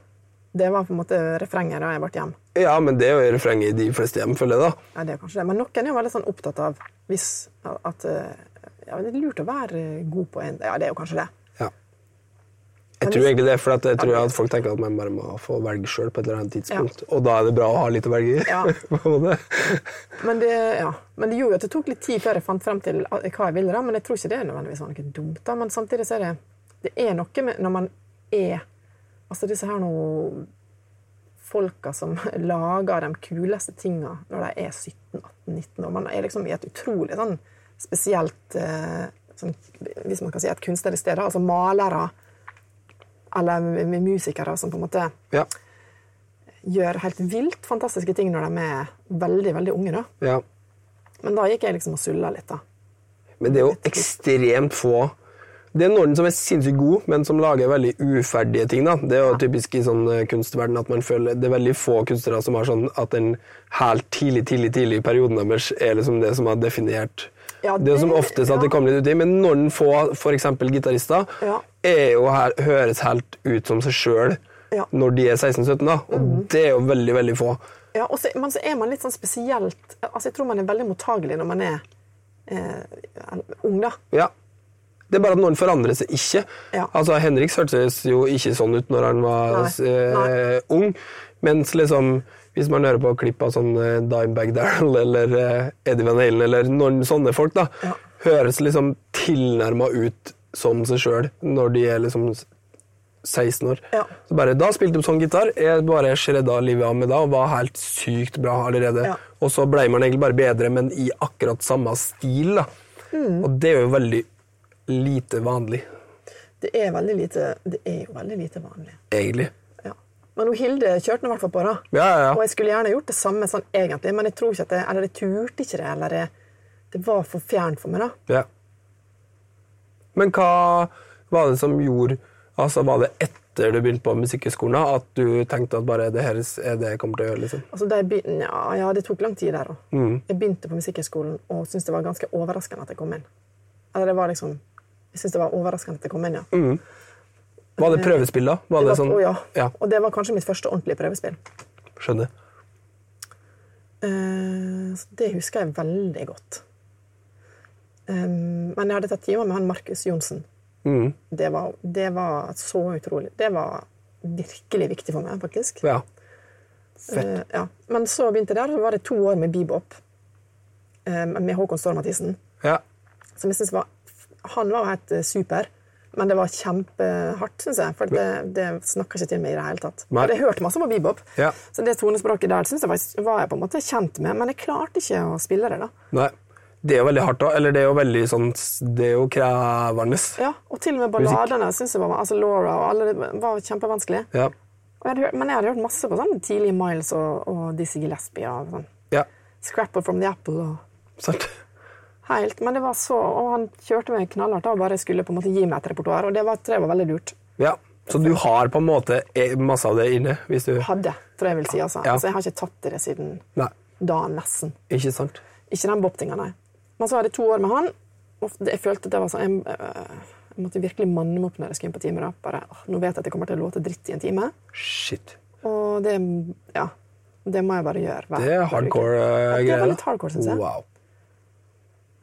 Speaker 3: Det var på en måte refrenget da jeg ble hjem.
Speaker 2: Ja, men det er jo refrenget i de fleste hjem, føler jeg, da.
Speaker 3: Ja, det er kanskje det. Men noen er jo veldig sånn opptatt av hvis at eh, ja, Det er lurt å være god på en Ja, det er jo kanskje det.
Speaker 2: Ja.
Speaker 3: Men
Speaker 2: Jeg tror
Speaker 3: hvis-
Speaker 2: egentlig det, for at jeg tror
Speaker 3: Ja.
Speaker 2: at folk tenker at man bare må få velge sjøl på et eller annet tidspunkt. Og da er det bra å ha litt å velge i.
Speaker 3: Ja.
Speaker 2: på en måte.
Speaker 3: Men det, ja. men det gjorde jo at det tok litt tid før jeg fant frem til hva jeg ville. da, Men jeg tror ikke det er nødvendigvis var noe dumt. da, Men samtidig så er det det er noe med når man er Altså disse her nå folka som lager de kuleste tinga når de er 17-18-19 år. Man er liksom i et utrolig sånn spesielt eh, sånn, Hvis man kan si et kunstnerisk sted, da. Altså malere eller m- musikere som på en måte
Speaker 2: ja.
Speaker 3: gjør helt vilt fantastiske ting når de er veldig, veldig unge. da.
Speaker 2: ja.
Speaker 3: Men da gikk jeg liksom og sulla litt, da.
Speaker 2: Men det er jo ekstremt få Det er noen som er sinnssykt gode, men som lager veldig uferdige ting. da. Det er jo typisk i sånn eh, kunstverden at man føler det er veldig få kunstnere som har sånn at den helt tidlig tidlig, tidlig i perioden deres er liksom det som har definert
Speaker 3: Ja,
Speaker 2: det, er jo som
Speaker 3: det-
Speaker 2: oftest at
Speaker 3: ja.
Speaker 2: det kommer litt uti. Men noen få, f.eks. gitarister,
Speaker 3: Ja.
Speaker 2: er jo her, høres helt ut som seg sjøl
Speaker 3: Ja. Mhm.
Speaker 2: når de er 16-17, da. Og det er jo veldig, veldig få.
Speaker 3: Ja, og så, men så er man litt sånn spesielt Altså, jeg tror man er veldig mottagelig når man er eh, ung, da.
Speaker 2: Ja. Det er bare at noen forandrer seg ikke.
Speaker 3: Ja.
Speaker 2: Altså, Henrik hørtes jo ikke sånn ut når han var
Speaker 3: Nei.
Speaker 2: eh,
Speaker 3: Nei.
Speaker 2: ung, mens liksom hvis man hører på klipp av sånn eh, Dimebag Darrell eller eh, Eddie Van Halen eller noen sånne folk, da,
Speaker 3: Ja.
Speaker 2: høres liksom tilnærma ut som seg sjøl når de er liksom 16 år.
Speaker 3: Ja.
Speaker 2: Så bare, Da spilte de sånn gitar. Jeg bare shredda livet av med da og var helt sykt bra allerede.
Speaker 3: Ja.
Speaker 2: Og så ble man egentlig bare bedre, men i akkurat samme stil. da.
Speaker 3: Mm.
Speaker 2: Og det er jo veldig lite vanlig,
Speaker 3: Det er veldig lite, det er jo veldig lite vanlig.
Speaker 2: egentlig.
Speaker 3: Ja. Men hun Hilde kjørte nå i hvert fall på, da.
Speaker 2: Ja, ja, ja.
Speaker 3: Og jeg skulle gjerne gjort det samme sånn egentlig, men jeg tror ikke at jeg, eller jeg turte ikke det. Eller jeg, det var for fjernt for meg, da.
Speaker 2: ja. Men hva var det som gjorde Altså, Var det etter du begynte på Musikkhøgskolen da, at du tenkte at bare det her er det jeg kommer til å gjøre? liksom?
Speaker 3: Altså, da jeg begyn- ja, ja, det tok lang tid der òg. Jeg begynte på Musikkhøgskolen og syntes det var ganske overraskende at jeg kom inn. Eller det var liksom Jeg syntes det var overraskende at jeg kom inn, ja.
Speaker 2: Var det prøvespill, da? Var
Speaker 3: Mm. Det
Speaker 2: det,
Speaker 3: var,
Speaker 2: sånn?
Speaker 3: å, ja.
Speaker 2: ja.
Speaker 3: Og det var kanskje mitt første ordentlige prøvespill.
Speaker 2: Skjønner.
Speaker 3: Eh, så det husker jeg veldig godt. Um, men jeg hadde tatt timer med han Markus Johnsen.
Speaker 2: Mm.
Speaker 3: Det, var- det var så utrolig. Det var virkelig viktig for meg, faktisk.
Speaker 2: Ja.
Speaker 3: Eh, ja. Men så begynte jeg der, og så var det to år med bebop. eh, med Håkon Storm Mathisen.
Speaker 2: ja.
Speaker 3: Som jeg synes var Han var jo helt eh, super. Men det var kjempehardt, syns jeg. For det, det snakka ikke til meg i det hele tatt.
Speaker 2: Nei.
Speaker 3: Jeg hadde hørt masse på bebop,
Speaker 2: Ja.
Speaker 3: så det tonespråket der synes jeg var, var jeg på en måte kjent med. Men jeg klarte ikke å spille det, da.
Speaker 2: Nei. Det er jo veldig hardt òg. Eller det er jo veldig sånn Det er jo krevende.
Speaker 3: Ja, Og til og med balladene synes jeg var Altså Laura og alle det var kjempevanskelig.
Speaker 2: Ja.
Speaker 3: Og jeg hadde hørt, men jeg hadde hørt masse på sånn tidlig Miles og, og Dizzie Gillespie og sånn.
Speaker 2: ja.
Speaker 3: Scrapple from the Apple og
Speaker 2: Sant.
Speaker 3: Helt, men det var så, og han kjørte meg knallhardt da, og bare skulle på en måte gi meg et repertoar, og det var, tror jeg var veldig lurt.
Speaker 2: Ja. Så du har på en måte eh, masse av det inne, hvis du
Speaker 3: Hadde, tror jeg vil si. Altså.
Speaker 2: Ja.
Speaker 3: Altså, jeg har ikke tatt i det siden
Speaker 2: Nei.
Speaker 3: da, nesten.
Speaker 2: Ikke sant?
Speaker 3: Ikke den bobtinga, nei. Men så hadde jeg to år med han, og det- jeg følte det var sånn Jeg, øh, jeg måtte virkelig manne meg opp når jeg skulle inn på time. Da. Bare, åh, nå vet jeg at jeg kommer til å låte dritt i en time,
Speaker 2: Shit.
Speaker 3: og det, ja, det må jeg bare gjøre. hver-
Speaker 2: Det er
Speaker 3: hver uke.
Speaker 2: hardcore eh,
Speaker 3: Ja, det
Speaker 2: greier.
Speaker 3: var litt hardcore, synes jeg.
Speaker 2: Wow.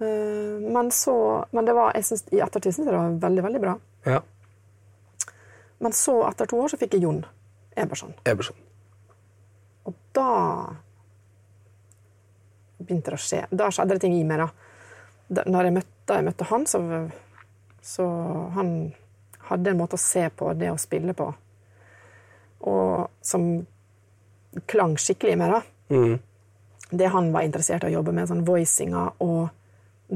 Speaker 3: Eh, Men, så, men det var, jeg synes, i ettertid syns jeg det var veldig, veldig bra.
Speaker 2: Ja.
Speaker 3: Men så, etter to år, så fikk jeg Jon Eberson.
Speaker 2: Eberson.
Speaker 3: Og da begynte det å skje. Da skjedde det ting i meg. Da, da når jeg møtte, da jeg møtte han, så, så han hadde en måte å se på det å spille på og som klang skikkelig med, da. Det han var interessert i å jobbe med, sånn voicinga og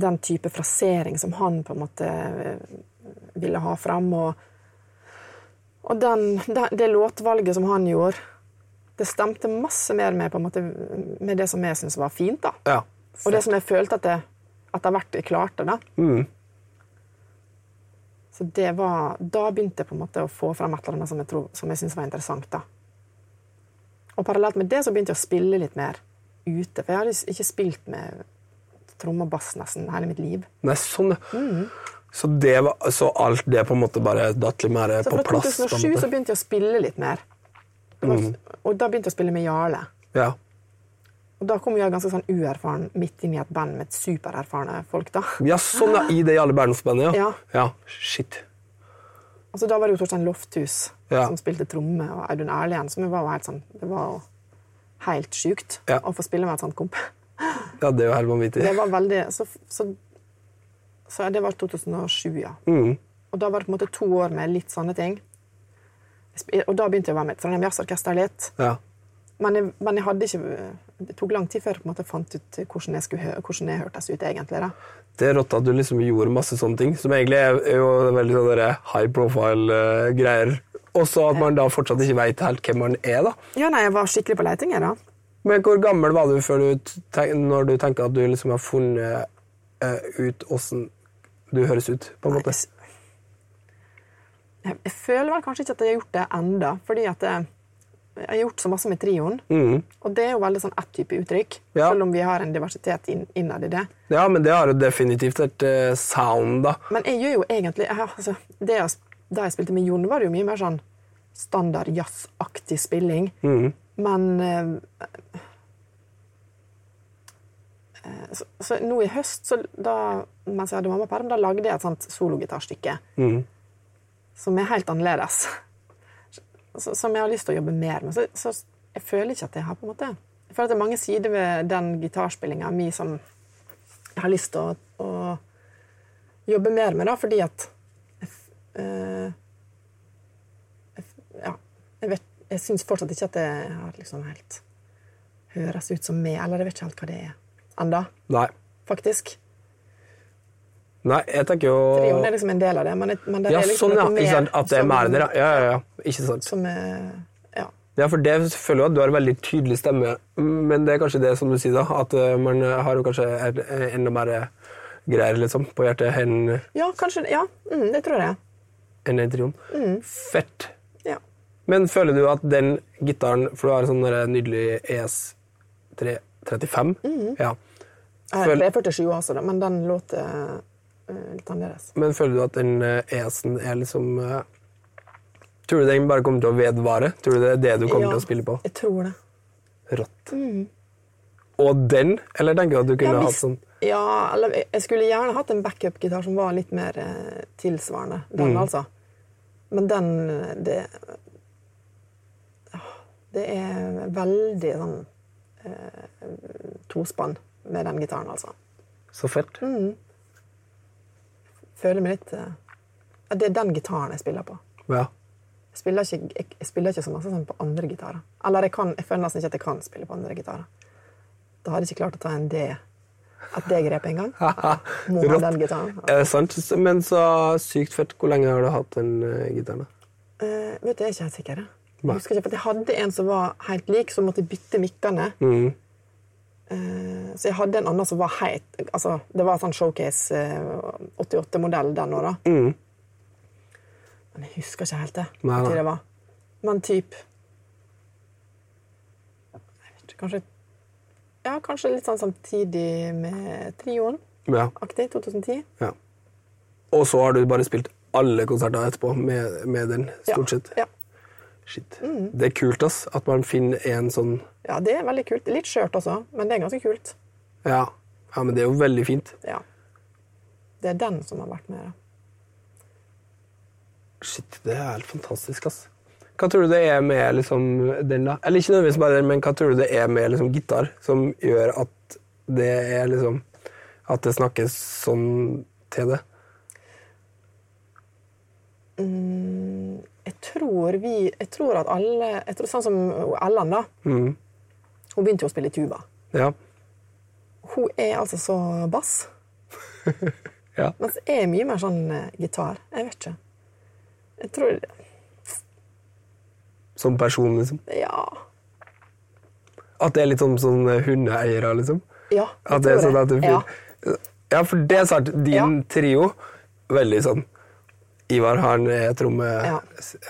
Speaker 3: den type frasering som han på en måte eh, ville ha fram, og, og den, den, det låtvalget som han gjorde, det stemte masse mer med, på en måte, med det som jeg syntes var fint, da.
Speaker 2: Ja.
Speaker 3: Og det som jeg følte at jeg, at jeg vært klarte, da.
Speaker 2: Mm.
Speaker 3: Så det var, da begynte jeg på en måte å få frem et eller annet som jeg, tror- som jeg syntes var interessant. da. Og parallelt med det så begynte jeg å spille litt mer ute. For jeg hadde s- ikke spilt med tromme og bass nesten hele mitt liv.
Speaker 2: Nei, sånn, ja.
Speaker 3: Mm.
Speaker 2: Så, det var, så alt det på en måte bare datt litt mer eh,
Speaker 3: Så
Speaker 2: på
Speaker 3: fra
Speaker 2: plass? på en
Speaker 3: 2007 så
Speaker 2: måte. Mm.
Speaker 3: begynte jeg å spille litt mer. Det var- Og da begynte jeg å spille med Jarle.
Speaker 2: Ja.
Speaker 3: Og da kom jeg ganske sånn uerfaren midt inn i et band med supererfarne folk. da.
Speaker 2: ja, sånn, ja. I det Jarle Bernhoft-bandet, ja.
Speaker 3: Ja.
Speaker 2: ja. Shit.
Speaker 3: Og så Altså, da var det jo Torstein Lofthus
Speaker 2: Ja.
Speaker 3: som spilte tromme, og Audun Erlien, som jo var jo helt sånn Det var jo helt sjukt
Speaker 2: Ja.
Speaker 3: å få spille med et sånt komp.
Speaker 2: Ja, det er jo helt vanvittig.
Speaker 3: Det var veldig Så, så, så det var 2007, ja.
Speaker 2: Mm.
Speaker 3: Og da var det på en måte to år med litt sånne ting. Og da begynte jeg å være med i Trondheim Jazzorkester litt.
Speaker 2: Ja.
Speaker 3: Men jeg, men jeg hadde ikke Det tok lang tid før jeg på en måte fant ut hvordan jeg, skulle, hø- hvordan jeg hørtes ut, egentlig. da.
Speaker 2: Det er rått at du liksom gjorde masse sånne ting, som egentlig er er jo veldig sånne der high profile-greier. Og så at man da fortsatt ikke veit helt hvem man er, da.
Speaker 3: Ja, nei, jeg var skikkelig på leiting, jeg, da.
Speaker 2: Men hvor gammel var du før du tenk, når du tenker at du liksom har funnet eh, ut åssen du høres ut? på en
Speaker 3: Nei,
Speaker 2: måte?
Speaker 3: jeg s- Jeg, jeg føler vel kanskje ikke at jeg har gjort det enda, fordi at jeg, jeg har gjort så masse med trioen. Og det er jo veldig sånn ett type uttrykk,
Speaker 2: Mm. Ja.
Speaker 3: selv om vi har en diversitet inn, innad i det.
Speaker 2: Ja, men det har jo definitivt et eh, sound, da.
Speaker 3: Men jeg gjør jo egentlig jeg, har- altså, det jeg, Da jeg spilte med Jon, var det jo mye mer sånn standard jazzaktig spilling. Men eh, eh, så, så nå i høst, så da, mens jeg hadde mammaperm, da lagde jeg et sånt sologitarstykke. Som er helt annerledes. Så, som jeg har lyst til å jobbe mer med. Så, så jeg føler ikke at jeg har på en måte Jeg føler at det er mange sider ved den gitarspillinga mi som jeg har lyst til å, å jobbe mer med, da, fordi at eh, jeg f- Ja. Jeg, vet- jeg syns fortsatt ikke at det har liksom helt høres ut som meg, eller jeg vet ikke helt hva det er enda,
Speaker 2: Nei.
Speaker 3: faktisk.
Speaker 2: Nei, jeg tenker jo
Speaker 3: Trioen er liksom en del av det, men, men det
Speaker 2: Ja,
Speaker 3: er liksom
Speaker 2: sånn, ja.
Speaker 3: noe
Speaker 2: Ikke sant?
Speaker 3: mer
Speaker 2: At det er
Speaker 3: som-
Speaker 2: mer der, ja. ja. ja, ja. Ikke sant.
Speaker 3: Som er Ja.
Speaker 2: Ja, for det føler jeg at du har en veldig tydelig stemme, men det er kanskje det som du sier, da. At eh, man har jo kanskje er- er enda mer greier liksom, på hjertet enn
Speaker 3: Ja, kanskje Ja, mm, det tror jeg.
Speaker 2: enn den trioen.
Speaker 3: Mm.
Speaker 2: Fett!
Speaker 3: Ja.
Speaker 2: Men føler du at den gitaren For du har en sånn der nydelig ES335.
Speaker 3: Mm.
Speaker 2: ja.
Speaker 3: Jeg
Speaker 2: Føl-
Speaker 3: jeg er 47 år, også, da, men den låter eh, litt annerledes.
Speaker 2: Men føler du at den eh, ES-en er liksom eh, Tror du den bare kommer til å vedvare? Tror du det er det du kommer
Speaker 3: Ja,
Speaker 2: til å spille på?
Speaker 3: Jeg tror det.
Speaker 2: Rått. Og den? Eller tenker du at du kunne
Speaker 3: Ja,
Speaker 2: hatt
Speaker 3: hvis-
Speaker 2: sånn
Speaker 3: Ja, eller jeg- jeg skulle gjerne hatt en backup-gitar som var litt mer eh, tilsvarende. Den,
Speaker 2: Mm.
Speaker 3: altså. Men den eh, det, Ah, det er veldig sånn eh, tospann med den gitaren, altså. Mm.
Speaker 2: Så fett.
Speaker 3: Føler meg litt eh, ja, Det er den gitaren jeg spiller på.
Speaker 2: Ja.
Speaker 3: Jeg spiller ikke, jeg, jeg spiller ikke så masse sånn på andre gitarer. Eller jeg, kan, jeg føler nesten ikke at jeg kan spille på andre gitarer. Da hadde jeg ikke klart å ta en D, et D-grep engang. Må ha
Speaker 2: Rått.
Speaker 3: den gitaren.
Speaker 2: Er det sant? S- Men så sykt fett. Hvor lenge har du hatt den eh, gitaren? da?
Speaker 3: Eh, vet du, Jeg er ikke helt sikker. jeg.
Speaker 2: Nei.
Speaker 3: Jeg husker ikke, for jeg hadde en som var helt lik, så måtte jeg bytte mikkene.
Speaker 2: Mm.
Speaker 3: Eh, så jeg hadde en annen som var heit. Altså, det var sånn Showcase eh, 88-modell den åra. Men jeg husker ikke helt det.
Speaker 2: Mm. Nei,
Speaker 3: hvor
Speaker 2: nei.
Speaker 3: tid det var. Men typ jeg vet ikke, Kanskje ja, kanskje litt sånn samtidig med trioen.
Speaker 2: Ja.
Speaker 3: Aktig 2010.
Speaker 2: ja. Og så har du bare spilt alle konserter etterpå med, med den,
Speaker 3: Ja,
Speaker 2: stort sett.
Speaker 3: Ja. Mm.
Speaker 2: Shit. Det er kult, ass. At man finner en sånn
Speaker 3: ja, det er veldig kult. Litt skjørt også, men det er ganske kult.
Speaker 2: Ja, ja men det er jo veldig fint.
Speaker 3: Ja. Det er den som har vært med. Da.
Speaker 2: Shit, det er helt fantastisk, ass. Hva tror du det er med liksom, den, da? Eller ikke nødvendigvis bare den, men hva tror du det er med liksom, gitar som gjør at det er liksom At det snakkes sånn til det?
Speaker 3: Mm, jeg tror vi Jeg tror at alle jeg tror Sånn som Ellen, da. Hun begynte jo å spille tuba.
Speaker 2: Mm. Ja.
Speaker 3: Hun er altså så bass.
Speaker 2: Ja.
Speaker 3: Mens jeg er mye mer sånn eh, gitar. Jeg vet ikke. Jeg tror
Speaker 2: Som person, liksom.
Speaker 3: Ja.
Speaker 2: At det er litt sånn, sånn hundeeiere, liksom.
Speaker 3: Ja, jeg
Speaker 2: At det er
Speaker 3: tror
Speaker 2: sånn at du
Speaker 3: Ja.
Speaker 2: fyr- ja, for det er sant. Din
Speaker 3: Ja.
Speaker 2: trio, veldig sånn Ivar har en eh, tromme
Speaker 3: Ja.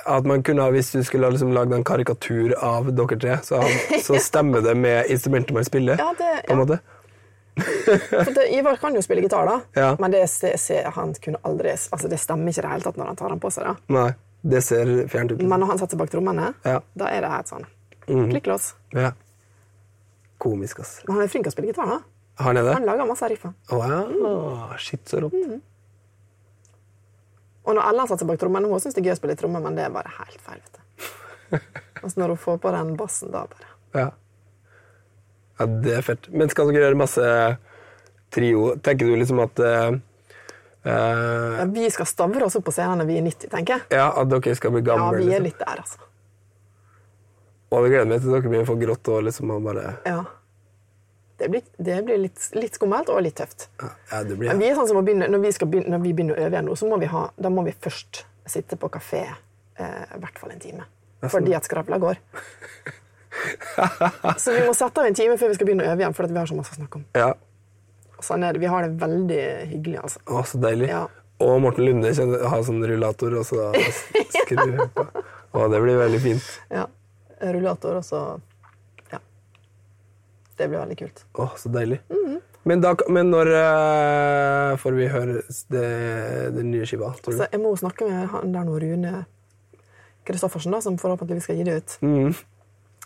Speaker 2: At man kunne, ha- Hvis du skulle ha liksom lagd en karikatur av dere tre, så, han- så stemmer det med instrumentet man spiller.
Speaker 3: Ja, det-
Speaker 2: på en
Speaker 3: ja.
Speaker 2: måte.
Speaker 3: For det, Ivar kan jo spille gitar, da.
Speaker 2: Ja.
Speaker 3: Men det, se- se- han kunne aldri Altså, det stemmer ikke i det hele tatt når han tar den på seg. da.
Speaker 2: Nei, det ser fjernt ut.
Speaker 3: Men når han setter seg bak trommene,
Speaker 2: Ja. Mhm.
Speaker 3: da er det helt sånn klikklås.
Speaker 2: Ja. Komisk, ass.
Speaker 3: Men han er flink til å spille gitar, da.
Speaker 2: Han er det?
Speaker 3: Han lager masse riff. han.
Speaker 2: Å ja. Shit, så rått.
Speaker 3: Og når Ellen setter seg bak trommene, hun syns det er gøy å spille trommer, men det er bare helt feil. vet du. Altså, når hun får på den bassen, da bare
Speaker 2: Ja. ja, det er fett. Men skal dere gjøre masse trio? Tenker du liksom at eh, eh,
Speaker 3: ja, Vi skal stavre oss opp på scenen når vi er 90, tenker jeg.
Speaker 2: Ja, at dere skal bli
Speaker 3: Ja,
Speaker 2: gamle.
Speaker 3: vi er
Speaker 2: liksom.
Speaker 3: litt der, altså.
Speaker 2: Og jeg gleder meg til dere blir for grått og liksom og bare
Speaker 3: Ja. Det blir, det blir litt, litt skummelt og litt tøft.
Speaker 2: Ja, det blir
Speaker 3: Men vi er sånn som å begynne, når, vi skal begynne, når vi begynner å øve igjen nå, så må vi, ha, da må vi først sitte på kafé eh, i hvert fall en time. Fordi at skravla går. så vi må sette av en time før vi skal begynne å øve igjen, fordi at vi har så masse å snakke om.
Speaker 2: Ja.
Speaker 3: Og Sånn er det. Vi har det veldig hyggelig, altså.
Speaker 2: Å, så deilig.
Speaker 3: Ja.
Speaker 2: Og Morten Lunde kjenner, har sånn rullator, og så skrur hun på. Å, det blir veldig fint.
Speaker 3: Ja. Rullator, og så Ja. Det blir veldig kult.
Speaker 2: Å, så deilig.
Speaker 3: Mhm.
Speaker 2: men, da, men når eh, får vi høre det, den nye skiva, tror du?
Speaker 3: Så jeg må snakke med han der nå, Rune Kristoffersen, da, som forhåpentligvis skal gi det ut.
Speaker 2: Mhm.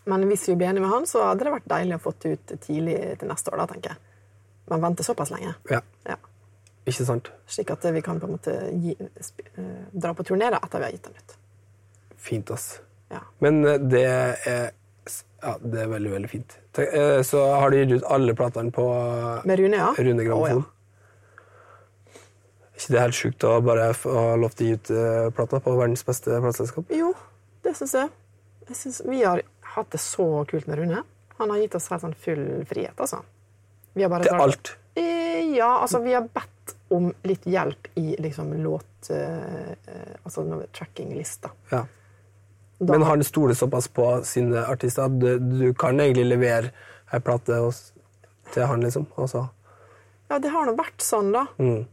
Speaker 3: Men hvis vi blir enige med han, så hadde det vært deilig å få det ut tidlig til neste år. da, tenker jeg. Men vente såpass lenge.
Speaker 2: Ja,
Speaker 3: Ja.
Speaker 2: ikke sant?
Speaker 3: Slik at vi kan på en måte gi, sp eh, dra på turné da, etter vi har gitt den ut.
Speaker 2: Fint, ass.
Speaker 3: Ja.
Speaker 2: Men eh, det er ja, det er veldig, veldig fint. Tenk, eh, Så har du gitt ut alle platene på eh,
Speaker 3: Med Rune, ja.
Speaker 2: Rune Grammofon.
Speaker 3: Å,
Speaker 2: Er ikke det helt sjukt å bare f- ha lov til å gi ut eh, plata på verdens beste plateselskap?
Speaker 3: ja. Jo, det syns jeg. jeg synes vi har hatt det så kult med Rune. Han har gitt oss helt sånn full frihet, altså. Vi har bare
Speaker 2: Til
Speaker 3: dratt-
Speaker 2: alt.
Speaker 3: Eh, Ja, altså vi har bedt om litt hjelp i liksom låt... eh, eh, altså noe tracking-lista.
Speaker 2: Ja.
Speaker 3: Da-
Speaker 2: Men han stoler såpass på sine artister at du, du kan egentlig levere ei plate hos, til han, liksom. Og så
Speaker 3: Ja, det har nå vært sånn, da.
Speaker 2: Mm.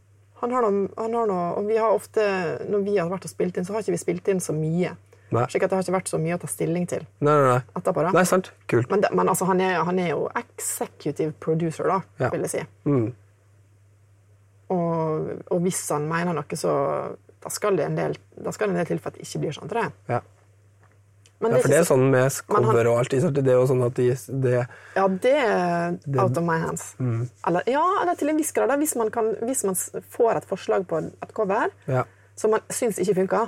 Speaker 3: Han har noe, han har noe, og vi har ofte, når vi har vært og spilt inn, så har ikke vi spilt inn så mye.
Speaker 2: Nei.
Speaker 3: Slik at det har ikke vært så mye å ta stilling til
Speaker 2: Nei, nei, nei.
Speaker 3: etterpå. da.
Speaker 2: Nei, sant. Kult.
Speaker 3: Men, det, men altså, han, er, han er jo executive producer, da,
Speaker 2: Ja. Mm.
Speaker 3: vil jeg si. Og, og hvis han mener noe, så da skal det en del, da skal det en del til for at det ikke blir sånn. Tror jeg.
Speaker 2: Ja.
Speaker 3: Men
Speaker 2: ja, for det er
Speaker 3: ikke så-
Speaker 2: sånn med
Speaker 3: Men han-
Speaker 2: cover og alt. ikke sant? Det er jo sånn at de, det
Speaker 3: Ja, det er out of my hands.
Speaker 2: Mm.
Speaker 3: Eller, ja, eller til en viss grad. da. Hvis man, kan, hvis man s- får et forslag på et cover
Speaker 2: Ja.
Speaker 3: som man syns ikke funker,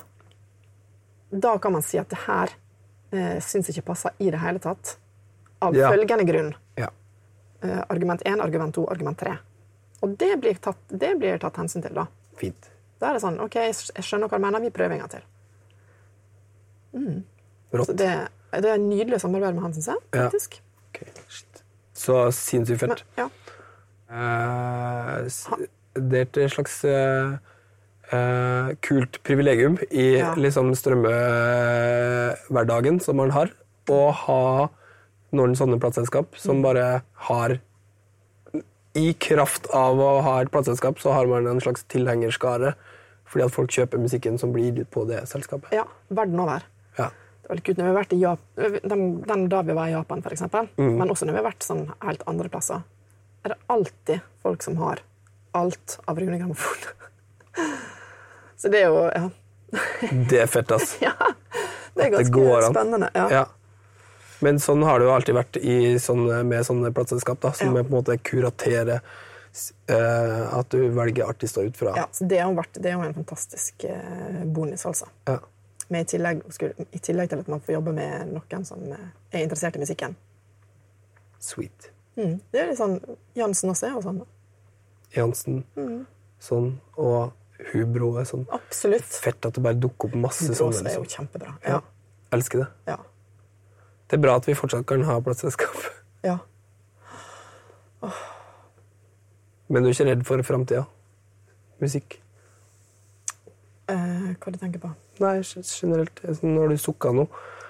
Speaker 3: da kan man si at det her eh, syns ikke passer i det hele tatt. Av
Speaker 2: Ja.
Speaker 3: følgende grunn.
Speaker 2: Ja.
Speaker 3: Eh, argument 1, argument 2, argument 3. Og det blir tatt, det blir tatt hensyn til, da.
Speaker 2: Fint.
Speaker 3: Da er det sånn OK, jeg s- jeg skjønner hva du mener, vi prøver en gang til. Mm.
Speaker 2: Rått.
Speaker 3: Så det, det er nydelig samarbeid med han, syns jeg.
Speaker 2: Ja.
Speaker 3: faktisk.
Speaker 2: Ok, shit. Så sinnssykt
Speaker 3: Men,
Speaker 2: fett.
Speaker 3: ja.
Speaker 2: Eh, s- det er et slags eh, eh, kult privilegium i
Speaker 3: Ja.
Speaker 2: liksom strømmehverdagen som man har, å ha noen sånne plateselskap
Speaker 3: Mm.
Speaker 2: som bare har I kraft av å ha et plateselskap, så har man en slags tilhengerskare. Fordi at folk kjøper musikken som blir gitt ut på det selskapet.
Speaker 3: ja. Verden over.
Speaker 2: Ja.
Speaker 3: Det var litt kult når vi har vært i Jap den, den da vi var i Japan, for eksempel, men også når vi har vært sånn helt andre plasser, er det alltid folk som har alt av Rune Grammofon. Så det er jo Ja.
Speaker 2: Det er fett, ass.
Speaker 3: ja det er
Speaker 2: det
Speaker 3: ganske
Speaker 2: går an.
Speaker 3: spennende. Ja.
Speaker 2: Ja. Men sånn har det jo alltid vært i sånne, med sånne plateselskap, da, som
Speaker 3: Ja.
Speaker 2: på en måte kuraterer s- eh, at du velger artister ut fra.
Speaker 3: Ja, så det, har vært, det er jo en fantastisk eh, bonus, altså.
Speaker 2: Ja.
Speaker 3: Men i, tillegg, skulle, I tillegg til at man får jobbe med noen som eh, er interessert i musikken.
Speaker 2: Sweet.
Speaker 3: Mm. Det er litt sånn Jansen også er jo sånn. da.
Speaker 2: Jansen, sånn, og hun Brå er sånn
Speaker 3: Absolutt.
Speaker 2: Fett at det bare dukker opp masse sånne.
Speaker 3: Brås er jo
Speaker 2: Liksom.
Speaker 3: kjempebra. Ja.
Speaker 2: Elsker det.
Speaker 3: ja.
Speaker 2: Det er bra at vi fortsatt kan ha plateselskap.
Speaker 3: ja.
Speaker 2: Men du er ikke redd for framtida? Musikk?
Speaker 3: Eh, hva du tenker på?
Speaker 2: Nei, g- generelt. Jeg- Nå har du sukka nå.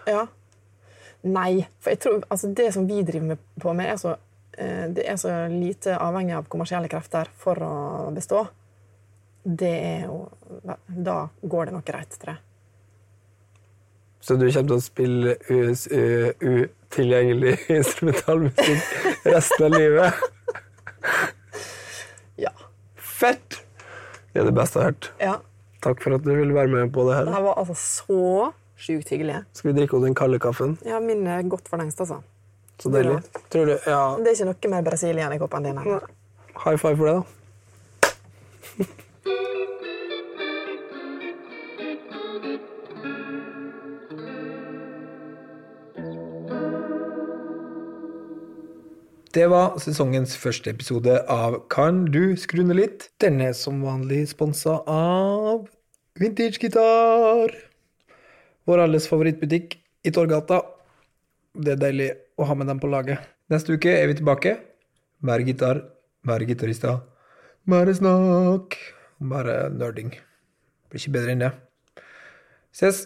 Speaker 3: Ja. Nei. For jeg tror, altså det som vi driver med, på med, er så, eh, det er så lite avhengig av kommersielle krefter for å bestå. Det er jo Da går det nok greit, tror jeg.
Speaker 2: Så du kommer til å spille u- s- u- utilgjengelig instrumentalmusikk resten av livet?
Speaker 3: Ja.
Speaker 2: Fett! Det er det beste jeg har hørt.
Speaker 3: ja.
Speaker 2: Takk for at du ville være med på det
Speaker 3: Det
Speaker 2: her.
Speaker 3: her var altså så sjukt hyggelig.
Speaker 2: Skal vi drikke opp den kalde kaffen?
Speaker 3: Ja, min er godt for lengst, altså.
Speaker 2: Så deilig. Tror du, ja,
Speaker 3: Det er ikke noe mer Brasil igjen i koppen din. Her.
Speaker 2: high five for det, da.
Speaker 5: Det var sesongens første episode av Kan du skru ned litt? Denne er som vanlig sponsa av Vintage Gitar. Vår alles favorittbutikk i Torgata. Det er deilig å ha med dem på laget. Neste uke er vi tilbake. Mer gitar, mer gitarister. Mer snakk. Bare nerding. Blir ikke bedre enn det. Ses.